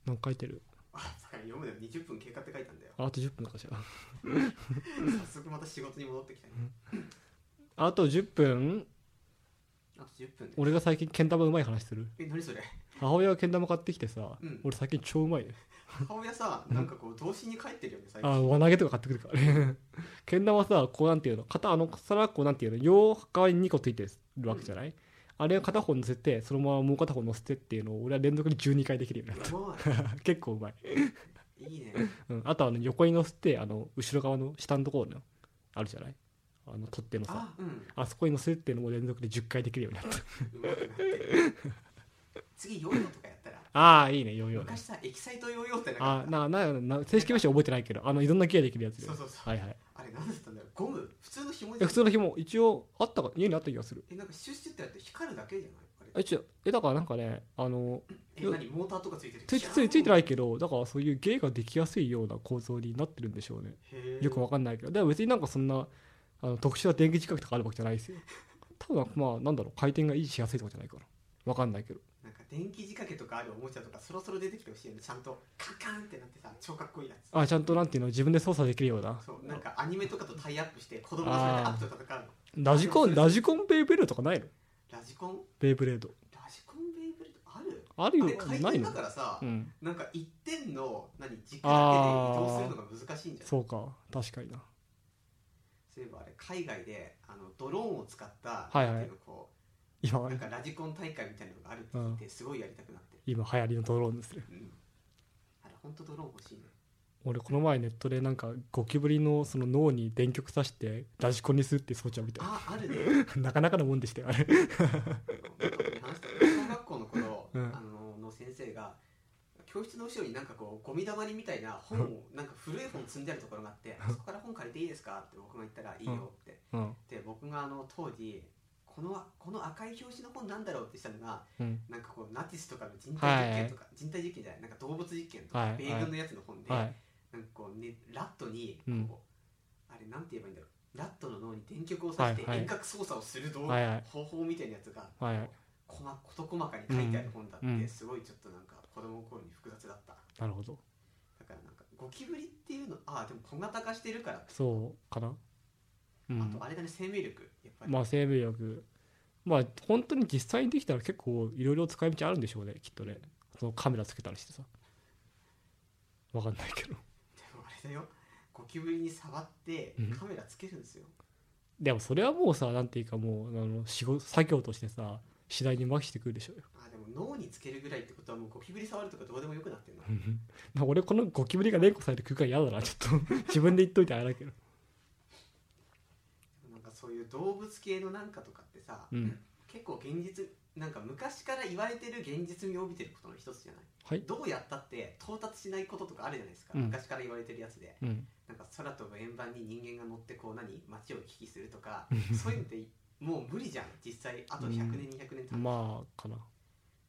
[SPEAKER 1] 何回書いてる
[SPEAKER 2] あだから読むの20分経過って書いたんだよ
[SPEAKER 1] あと10分かしら
[SPEAKER 2] 早速また仕事に戻ってきたね
[SPEAKER 1] あ と10分
[SPEAKER 2] あと10分で
[SPEAKER 1] 俺が最近けん玉うまい話する
[SPEAKER 2] え何それ
[SPEAKER 1] 母親がけん玉買ってきてさ、
[SPEAKER 2] うん
[SPEAKER 1] 俺最近超うまいね
[SPEAKER 2] 母親さなんかこう童心に帰ってるよね最近
[SPEAKER 1] あ輪投げとか買ってくるからね けん玉さこうなんていうの片あの皿がこうなんていうの両側に2個ついてるわけじゃない、あれを片方乗せてそのままもう片方乗せてっていうのを俺は連続で12回できるようになっ
[SPEAKER 2] うま
[SPEAKER 1] た 結構うまい、
[SPEAKER 2] いいいね
[SPEAKER 1] うん、あとあの横に乗せてあの後ろ側の下のところのあるじゃないあの取っ手のさ
[SPEAKER 2] あうん
[SPEAKER 1] あそこに乗せるっていうのも連続で10回できるようになった
[SPEAKER 2] うまくなってる次ヨーヨーとかやったら
[SPEAKER 1] ああいいねヨーヨーね
[SPEAKER 2] 昔さエキサイトヨーヨーってなか
[SPEAKER 1] あ
[SPEAKER 2] った
[SPEAKER 1] ななな正式名称覚えてないけどあのいろんなギアできるやつで
[SPEAKER 2] そうそうそう
[SPEAKER 1] はいはい
[SPEAKER 2] あれ何だったんだろうゴム普通の紐
[SPEAKER 1] え
[SPEAKER 2] じゃん
[SPEAKER 1] 普通の紐一応あったか家にあった気がする
[SPEAKER 2] えなんかシュッシュってやって光るだけじゃないあ
[SPEAKER 1] え
[SPEAKER 2] れ
[SPEAKER 1] ちょえだからなんかねあの
[SPEAKER 2] え何モーターとかついてる
[SPEAKER 1] ついついついてないいけどだからそういう芸ができやすいような構造になってるんでしょうねよくわ
[SPEAKER 2] わ
[SPEAKER 1] かんないけどでも別になんかそんなあの特殊な電気磁覚とかあるわけじゃないですよ多分まあなんだろう回転が維持しやすいとかじゃないからわかんないけど
[SPEAKER 2] なんか電気仕掛けとかあるおもちゃとかそろそろ出てきてほしいよねちゃんとカンカンってなってさ超かっこいいやつ
[SPEAKER 1] あちゃんとなんていうの自分で操作できるような
[SPEAKER 2] そうなんかアニメとかとタイアップして子供がそれでアップと戦うの
[SPEAKER 1] ラジコンラジコンベイブレードとかないの
[SPEAKER 2] ラジコン
[SPEAKER 1] ベイブレード
[SPEAKER 2] ラジコンベイブレードある
[SPEAKER 1] ある
[SPEAKER 2] あ
[SPEAKER 1] よ
[SPEAKER 2] れ回
[SPEAKER 1] ない
[SPEAKER 2] 転だ
[SPEAKER 1] の
[SPEAKER 2] からさ、
[SPEAKER 1] うん
[SPEAKER 2] なんか一点の何軸だけで移動するのが難しいんじゃない
[SPEAKER 1] そうか確かにな
[SPEAKER 2] そういえばあれ海外であのドローンを使った、
[SPEAKER 1] はいはい
[SPEAKER 2] なんていうのこ
[SPEAKER 1] 今
[SPEAKER 2] う
[SPEAKER 1] は
[SPEAKER 2] なん
[SPEAKER 1] ね
[SPEAKER 2] かラジコン大会みたいなのがあるって聞いてすごいやりたくなってる、
[SPEAKER 1] 今流行りのドローンですね
[SPEAKER 2] うんあれ本当ドローン欲しいね
[SPEAKER 1] 俺この前ネットでなんかゴキブリのその脳に電極刺してラジコンにするっていう装置を見た
[SPEAKER 2] ああるね
[SPEAKER 1] なかなかのもんでしたよあれ
[SPEAKER 2] なんか話したけど小学校の頃、
[SPEAKER 1] うん
[SPEAKER 2] あのの先生が教室の後ろになんかこうゴミだまりみたいな本をなんか古い本積んであるところがあって「そこから本借りていいですか?」って僕が言ったら「いいよ」って
[SPEAKER 1] うん
[SPEAKER 2] で僕があの当時このこの赤い表紙の本なんだろうってしたのが
[SPEAKER 1] うん
[SPEAKER 2] なんかこうナティスとかの人体実験とか、人体実験じゃないなんか動物実験とか、
[SPEAKER 1] はい
[SPEAKER 2] 米軍のやつの本で、
[SPEAKER 1] はい
[SPEAKER 2] なんかこう、ね、ラットにこう、
[SPEAKER 1] うん
[SPEAKER 2] あれなんて言えばいいんだろうラットの脳に電極を刺して
[SPEAKER 1] はいはい
[SPEAKER 2] 遠隔操作をする道具
[SPEAKER 1] はいはい
[SPEAKER 2] 方法みたいなやつが
[SPEAKER 1] はいはい
[SPEAKER 2] こま事細かに書いてある本だ
[SPEAKER 1] う
[SPEAKER 2] っ
[SPEAKER 1] んう
[SPEAKER 2] て
[SPEAKER 1] ん
[SPEAKER 2] すごいちょっとなんか子供の頃に複雑だった
[SPEAKER 1] なるほど
[SPEAKER 2] だからなんかゴキブリっていうのああでも小型化してるから
[SPEAKER 1] そうかなう
[SPEAKER 2] あ
[SPEAKER 1] ん
[SPEAKER 2] とあれだね生命力やっぱり
[SPEAKER 1] まあ生命力まあ本当に実際にできたら結構いろいろ使い道あるんでしょうねきっとねそのカメラつけたりしてさわかんないけど
[SPEAKER 2] でもあれだよゴキブリに触って
[SPEAKER 1] うん
[SPEAKER 2] カメラつけるんですよ、
[SPEAKER 1] でもそれはもうさなんていうかもうあの仕事作業としてさ次第に麻痺してくるでしょうよ
[SPEAKER 2] あでも脳につけるぐらいってことはもうゴキブリ触るとかどうでもよくなってんの
[SPEAKER 1] まあ俺このゴキブリが連呼される空間嫌だなちょっと自分で言っといてあれだけど
[SPEAKER 2] なんかそういう動物系のなんかとかってさ、
[SPEAKER 1] うん
[SPEAKER 2] 結構現実なんか昔から言われてる現実味を帯びてることの一つじゃない
[SPEAKER 1] はい
[SPEAKER 2] どうやったって到達しないこととかあるじゃないですか、
[SPEAKER 1] うん
[SPEAKER 2] 昔から言われてるやつで
[SPEAKER 1] うん
[SPEAKER 2] なんか空飛ぶ円盤に人間が乗ってこう何街を行き来すると かそういうのってもう無理じゃん実際あと100年、200年経って
[SPEAKER 1] まあかな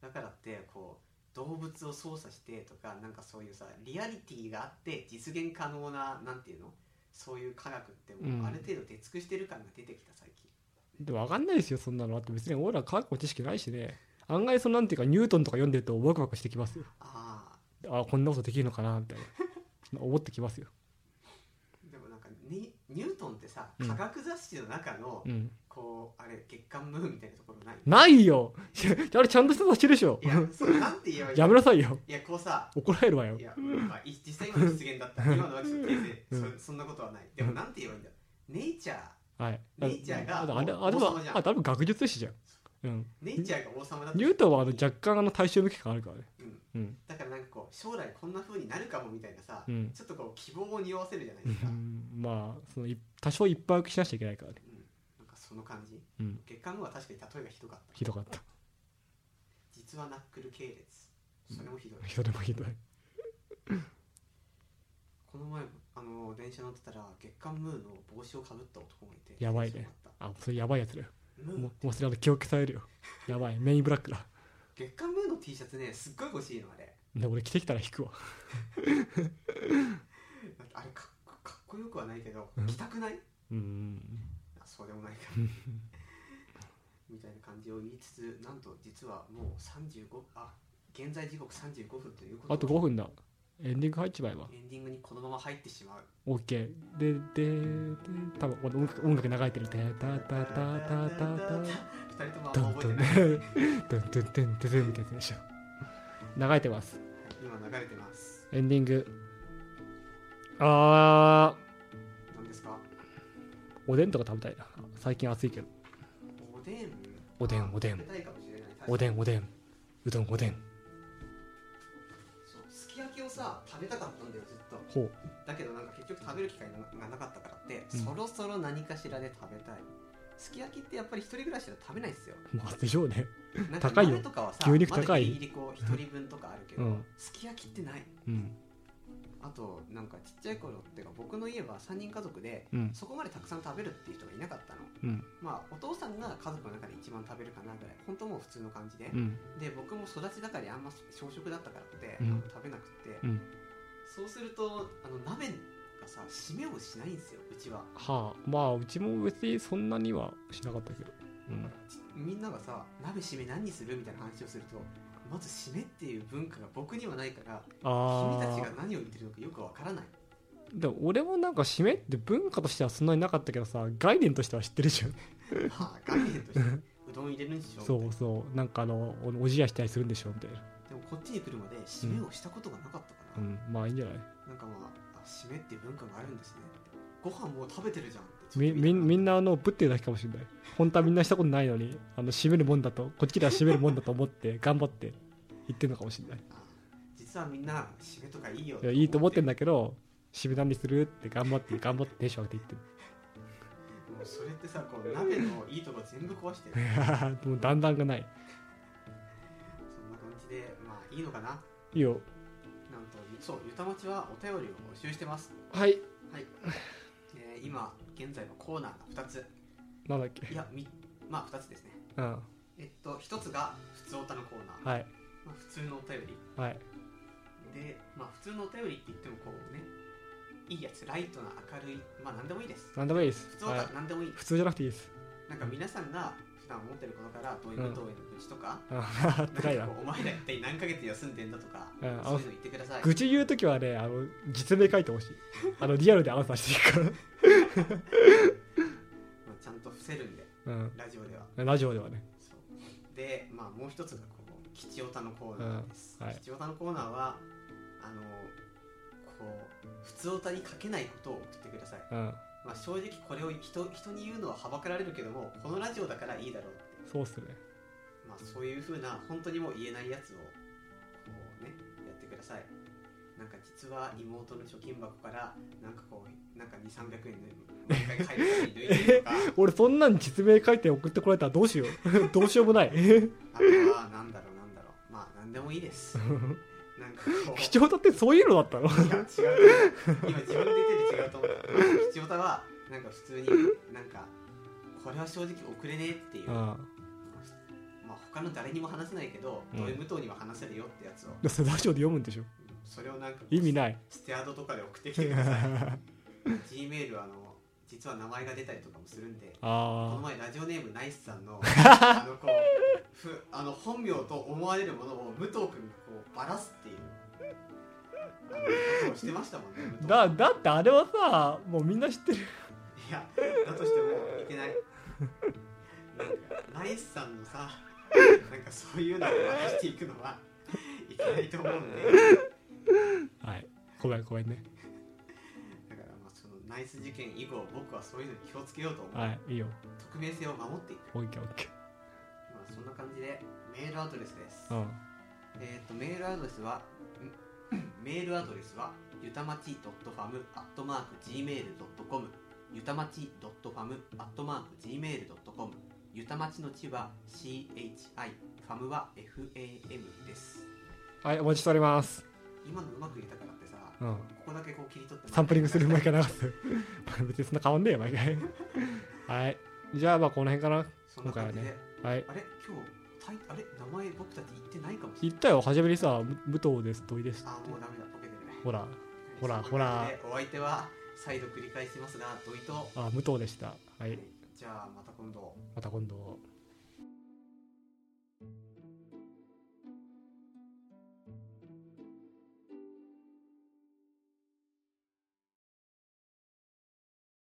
[SPEAKER 2] だからってこう動物を操作してとかなんかそういうさリアリティがあって実現可能ななんていうのそういう科学って
[SPEAKER 1] う
[SPEAKER 2] も
[SPEAKER 1] ん
[SPEAKER 2] うある程度出尽くしてる感が出てきた最近、
[SPEAKER 1] でも分かんないですよそんなのだって別に俺ら科学の知識ないしね案外そのなんていうかニュートンとか読んでるとワクワクしてきますよ
[SPEAKER 2] ああ
[SPEAKER 1] あこんなことできるのかなみたいな 思ってきますよ
[SPEAKER 2] でもなんかニニュートンってさ
[SPEAKER 1] うん
[SPEAKER 2] 科学雑誌の中の、
[SPEAKER 1] うん
[SPEAKER 2] こうあれ月刊ムーンみたいなところない
[SPEAKER 1] ないよ あれちゃんとした雑誌でしょ
[SPEAKER 2] いやそれなんて言えばいいの
[SPEAKER 1] やめなさいよ
[SPEAKER 2] いやこうさ
[SPEAKER 1] 怒られるわよ
[SPEAKER 2] いや、まあ、い実際今の実現だった今のはちょっと訂正
[SPEAKER 1] う
[SPEAKER 2] そそんなことはないでもなんて言えばいいんだネイチャー
[SPEAKER 1] はい
[SPEAKER 2] ネイチャーが
[SPEAKER 1] ああれあれ
[SPEAKER 2] 王様
[SPEAKER 1] は
[SPEAKER 2] じゃん
[SPEAKER 1] あ多分学術誌じゃんうん
[SPEAKER 2] ネイチャーが王様だった
[SPEAKER 1] ニュートンはあの若干あの大衆向け感あるからね
[SPEAKER 2] うん
[SPEAKER 1] うん
[SPEAKER 2] だからなんかこう将来こんな風になるかもみたいなさ、
[SPEAKER 1] うん
[SPEAKER 2] ちょっとこう希望を匂わせるじゃないですか、
[SPEAKER 1] うんまあそのい多少いっぱい浮気しなきゃいけないからね
[SPEAKER 2] うんなんかその感じ
[SPEAKER 1] うん
[SPEAKER 2] 月刊ムーンは確かに例えがひどかった
[SPEAKER 1] ひどかった
[SPEAKER 2] 実はナックル系列それもひどい、
[SPEAKER 1] 人でもひどい
[SPEAKER 2] この前あの電車乗ってたら月刊ムーンの帽子をかぶった男がいて
[SPEAKER 1] やばいね
[SPEAKER 2] テンション
[SPEAKER 1] あそれやばいやつだよ
[SPEAKER 2] 上がったムー
[SPEAKER 1] も
[SPEAKER 2] ン
[SPEAKER 1] うもうそれあの記憶されるよやばいメインブラックだ
[SPEAKER 2] 月刊ムーンの T シャツねすっごい欲しいのあれ
[SPEAKER 1] で俺着てきたら引くわ
[SPEAKER 2] だってあれかっこかっこよくはないけど
[SPEAKER 1] うん
[SPEAKER 2] 着たくない、
[SPEAKER 1] うん
[SPEAKER 2] あそうでもないか みたいな感じを言いつつなんと実はもう35あ現在時刻35分ということ
[SPEAKER 1] あと5分だエンディング入っちまえば
[SPEAKER 2] エンディングにこのまま入ってしまう
[SPEAKER 1] OK ででで多分俺音楽音楽流れてるでタタタタタタ
[SPEAKER 2] 二人ともあん
[SPEAKER 1] ド
[SPEAKER 2] ま
[SPEAKER 1] ンド
[SPEAKER 2] 覚え
[SPEAKER 1] ン
[SPEAKER 2] てない
[SPEAKER 1] ドンドンドンドンドンみたいなやつでしょ流れてます
[SPEAKER 2] 今流れてます
[SPEAKER 1] エンディングあ
[SPEAKER 2] 何ですか
[SPEAKER 1] ーおでんとか食べたいな最近暑いけど
[SPEAKER 2] おでん
[SPEAKER 1] おでんおでん
[SPEAKER 2] 食べたいかもしれない
[SPEAKER 1] おで
[SPEAKER 2] ん
[SPEAKER 1] んおでんうどんおでん
[SPEAKER 2] そうすき焼きをさ食べたかったんだよずっと
[SPEAKER 1] ほう
[SPEAKER 2] だけどなんか結局食べる機会がなかったからって、
[SPEAKER 1] うん
[SPEAKER 2] そろそろ何かしらで食べたいすき焼きってやっぱり一人暮らしでは食べないですよ
[SPEAKER 1] まあでしょうね
[SPEAKER 2] なんか
[SPEAKER 1] 高いよ
[SPEAKER 2] 鍋とかはさ
[SPEAKER 1] 牛肉高い
[SPEAKER 2] まだギリギリこう一人分とかあるけど、
[SPEAKER 1] うん
[SPEAKER 2] すき焼きってない
[SPEAKER 1] うん
[SPEAKER 2] あとなんかちっちゃい頃っていうか僕の家は3人家族で
[SPEAKER 1] うん
[SPEAKER 2] そこまでたくさん食べるっていう人がいなかったの
[SPEAKER 1] うん
[SPEAKER 2] まあお父さんが家族の中で一番食べるかなぐらい本当もう普通の感じで、
[SPEAKER 1] うん
[SPEAKER 2] で僕も育ち盛りあんま小食だったからって、
[SPEAKER 1] うん
[SPEAKER 2] あの食べなくて、
[SPEAKER 1] うん
[SPEAKER 2] そうするとあの鍋がさ締めをしないんですようちは
[SPEAKER 1] はあまあうちも別にそんなにはしなかったけどうん
[SPEAKER 2] みんながさ鍋締め何にするみたいな話をするとまず締めっていう文化が僕にはないから君たちが
[SPEAKER 1] あ
[SPEAKER 2] 何を言ってるのかよくわからない
[SPEAKER 1] ーでも俺もなんか締めって文化としてはそんなになかったけどさ概念としては知ってるじゃん
[SPEAKER 2] まあ概念 としてうどん入れるんでしょみたい
[SPEAKER 1] そ
[SPEAKER 2] な
[SPEAKER 1] うそうなんかあのおおじやしたりするんでしょみたいな
[SPEAKER 2] でもこっちに来るまで締めをしたことがなかったから、
[SPEAKER 1] うんまあいいんじゃない
[SPEAKER 2] なんかまああ締めっていう文化があるんですねご飯もう食べてるじゃんって
[SPEAKER 1] みみんみん
[SPEAKER 2] な
[SPEAKER 1] なあのぶってるだけかもしれない本当はみんなしたことないのにあの締めるもんだとこっちでは締めるもんだと思って頑張って言ってるのかもしれない
[SPEAKER 2] 実はみんな締めとかいいよ
[SPEAKER 1] いやいいと思ってん
[SPEAKER 2] だ
[SPEAKER 1] だけど締め何するって頑張って頑張ってテンション上げて言
[SPEAKER 2] もうそれってさこう鍋のいいとこ全部 壊してる
[SPEAKER 1] ってるもうだんだんがない
[SPEAKER 2] そんな感じでまあいいのかななん
[SPEAKER 1] いいよ
[SPEAKER 2] とそうゆたまちはお便りを募集してます、
[SPEAKER 1] はい
[SPEAKER 2] えー今現在のコーナーが2つ
[SPEAKER 1] なんだっけ
[SPEAKER 2] いやみまあ2つですね
[SPEAKER 1] うん
[SPEAKER 2] えっと1つが普通おたのコーナー、
[SPEAKER 1] はい
[SPEAKER 2] まあ、普通のお便り
[SPEAKER 1] はい
[SPEAKER 2] で、まあ、普通のお便りって言ってもこうねいいやつライトな明るいまあ何でもいいです
[SPEAKER 1] なんでもいいです
[SPEAKER 2] 普通
[SPEAKER 1] はい
[SPEAKER 2] は何でもいい、
[SPEAKER 1] 普通じゃなくていいです
[SPEAKER 2] なんか皆さんが普段思ってることからどういうことを愚痴とか、
[SPEAKER 1] あー
[SPEAKER 2] な
[SPEAKER 1] 辛
[SPEAKER 2] ん
[SPEAKER 1] いな
[SPEAKER 2] かこうお前ら一体何ヶ月休んでんだとか、
[SPEAKER 1] うん
[SPEAKER 2] そういうの言ってください
[SPEAKER 1] 愚痴言う時はねあの実名書いてほしいあのリアルでアンサーしていくか
[SPEAKER 2] まあちゃんと伏せるんで
[SPEAKER 1] ら、
[SPEAKER 2] ラジオでは
[SPEAKER 1] うん、ラジオではね
[SPEAKER 2] そうで、まあ、もう一つがこう吉オタのコーナーです、
[SPEAKER 1] うんはい
[SPEAKER 2] 吉オタのコーナーはあのこう普通オタに書けないことを送ってください、
[SPEAKER 1] うん
[SPEAKER 2] まあ、正直これを人人に言うのははばかられるけどもこのラジオだからいいだろうって、
[SPEAKER 1] そうっすね
[SPEAKER 2] まあ、そういうふうな本当にもう言えないやつをこうねやってくださいなんか実は妹の貯金箱からなんかこうなんか2 3 0 0円で毎回買い出しに抜いてる とか
[SPEAKER 1] 俺そんなん実名書いて送ってこられたらどうしよう どうしようもない
[SPEAKER 2] あとはなんだろうなんだろうまあなんでもいいで すなんかこう
[SPEAKER 1] 貴重だってそういうのだ ったの
[SPEAKER 2] いや違う今自分で出てる違うと思った吉尾田はなんか普通になんかこれは正直送れねえっていう
[SPEAKER 1] あ
[SPEAKER 2] まあ、他の誰にも話せないけど、
[SPEAKER 1] うん
[SPEAKER 2] 土井武藤には話せるよってやつを
[SPEAKER 1] あそれラジオで読むんでしょ
[SPEAKER 2] それをなんか
[SPEAKER 1] 意味 ない
[SPEAKER 2] ステアドとかで送ってきてく ださい G メールはあの実は名前が出たりとかもするんでこの
[SPEAKER 1] あ
[SPEAKER 2] 前ラジオネームナイスさ んのあのこうふあの本名と思われるものを武藤君がこうバラすっていうあのことをしてましたもんね武藤
[SPEAKER 1] あ
[SPEAKER 2] 君
[SPEAKER 1] だだってあれはさもうみんな知ってる
[SPEAKER 2] いや、だとしてもいけない。なんか、ナイスさんのさ、なんかそういうのを出していくのはいけないと思うんで、だから
[SPEAKER 1] はいごめんごめんね
[SPEAKER 2] まあそのナイス事件以後、僕はそういうのに気をつけようと思う。
[SPEAKER 1] はいいいよ
[SPEAKER 2] 匿名性を守っていく。
[SPEAKER 1] オッケーオッケ
[SPEAKER 2] まあそんな感じで、メールアドレスです
[SPEAKER 1] ー。うん
[SPEAKER 2] えっ、と、メールアドレスは、んメールアドレスは、ゆたまち .fam.gmail.com ゆたまち .fam.gmail.com ゆたまちのちは CHI ファムは FAM です
[SPEAKER 1] はいお待ちしております
[SPEAKER 2] 今のうまく言えたからってさ、
[SPEAKER 1] う
[SPEAKER 2] こ
[SPEAKER 1] ん
[SPEAKER 2] こだけこう切り取って
[SPEAKER 1] サンプリングする
[SPEAKER 2] 前
[SPEAKER 1] 前から流す 別にそんな変わんねえよ毎 回はいじゃあまあこの辺かな
[SPEAKER 2] そんな感じで、
[SPEAKER 1] 今はい
[SPEAKER 2] あれ今日タイあれ名前僕たち言ってないかもしれな
[SPEAKER 1] 言
[SPEAKER 2] い
[SPEAKER 1] ったよ初めにさ「む武藤です土井です
[SPEAKER 2] あーもうダメだボケてる」
[SPEAKER 1] ほらほら
[SPEAKER 2] そんな感じでお相手は再度繰り返しますが土井と
[SPEAKER 1] あ武藤でしたはい
[SPEAKER 2] じゃあまた今度
[SPEAKER 1] また今度。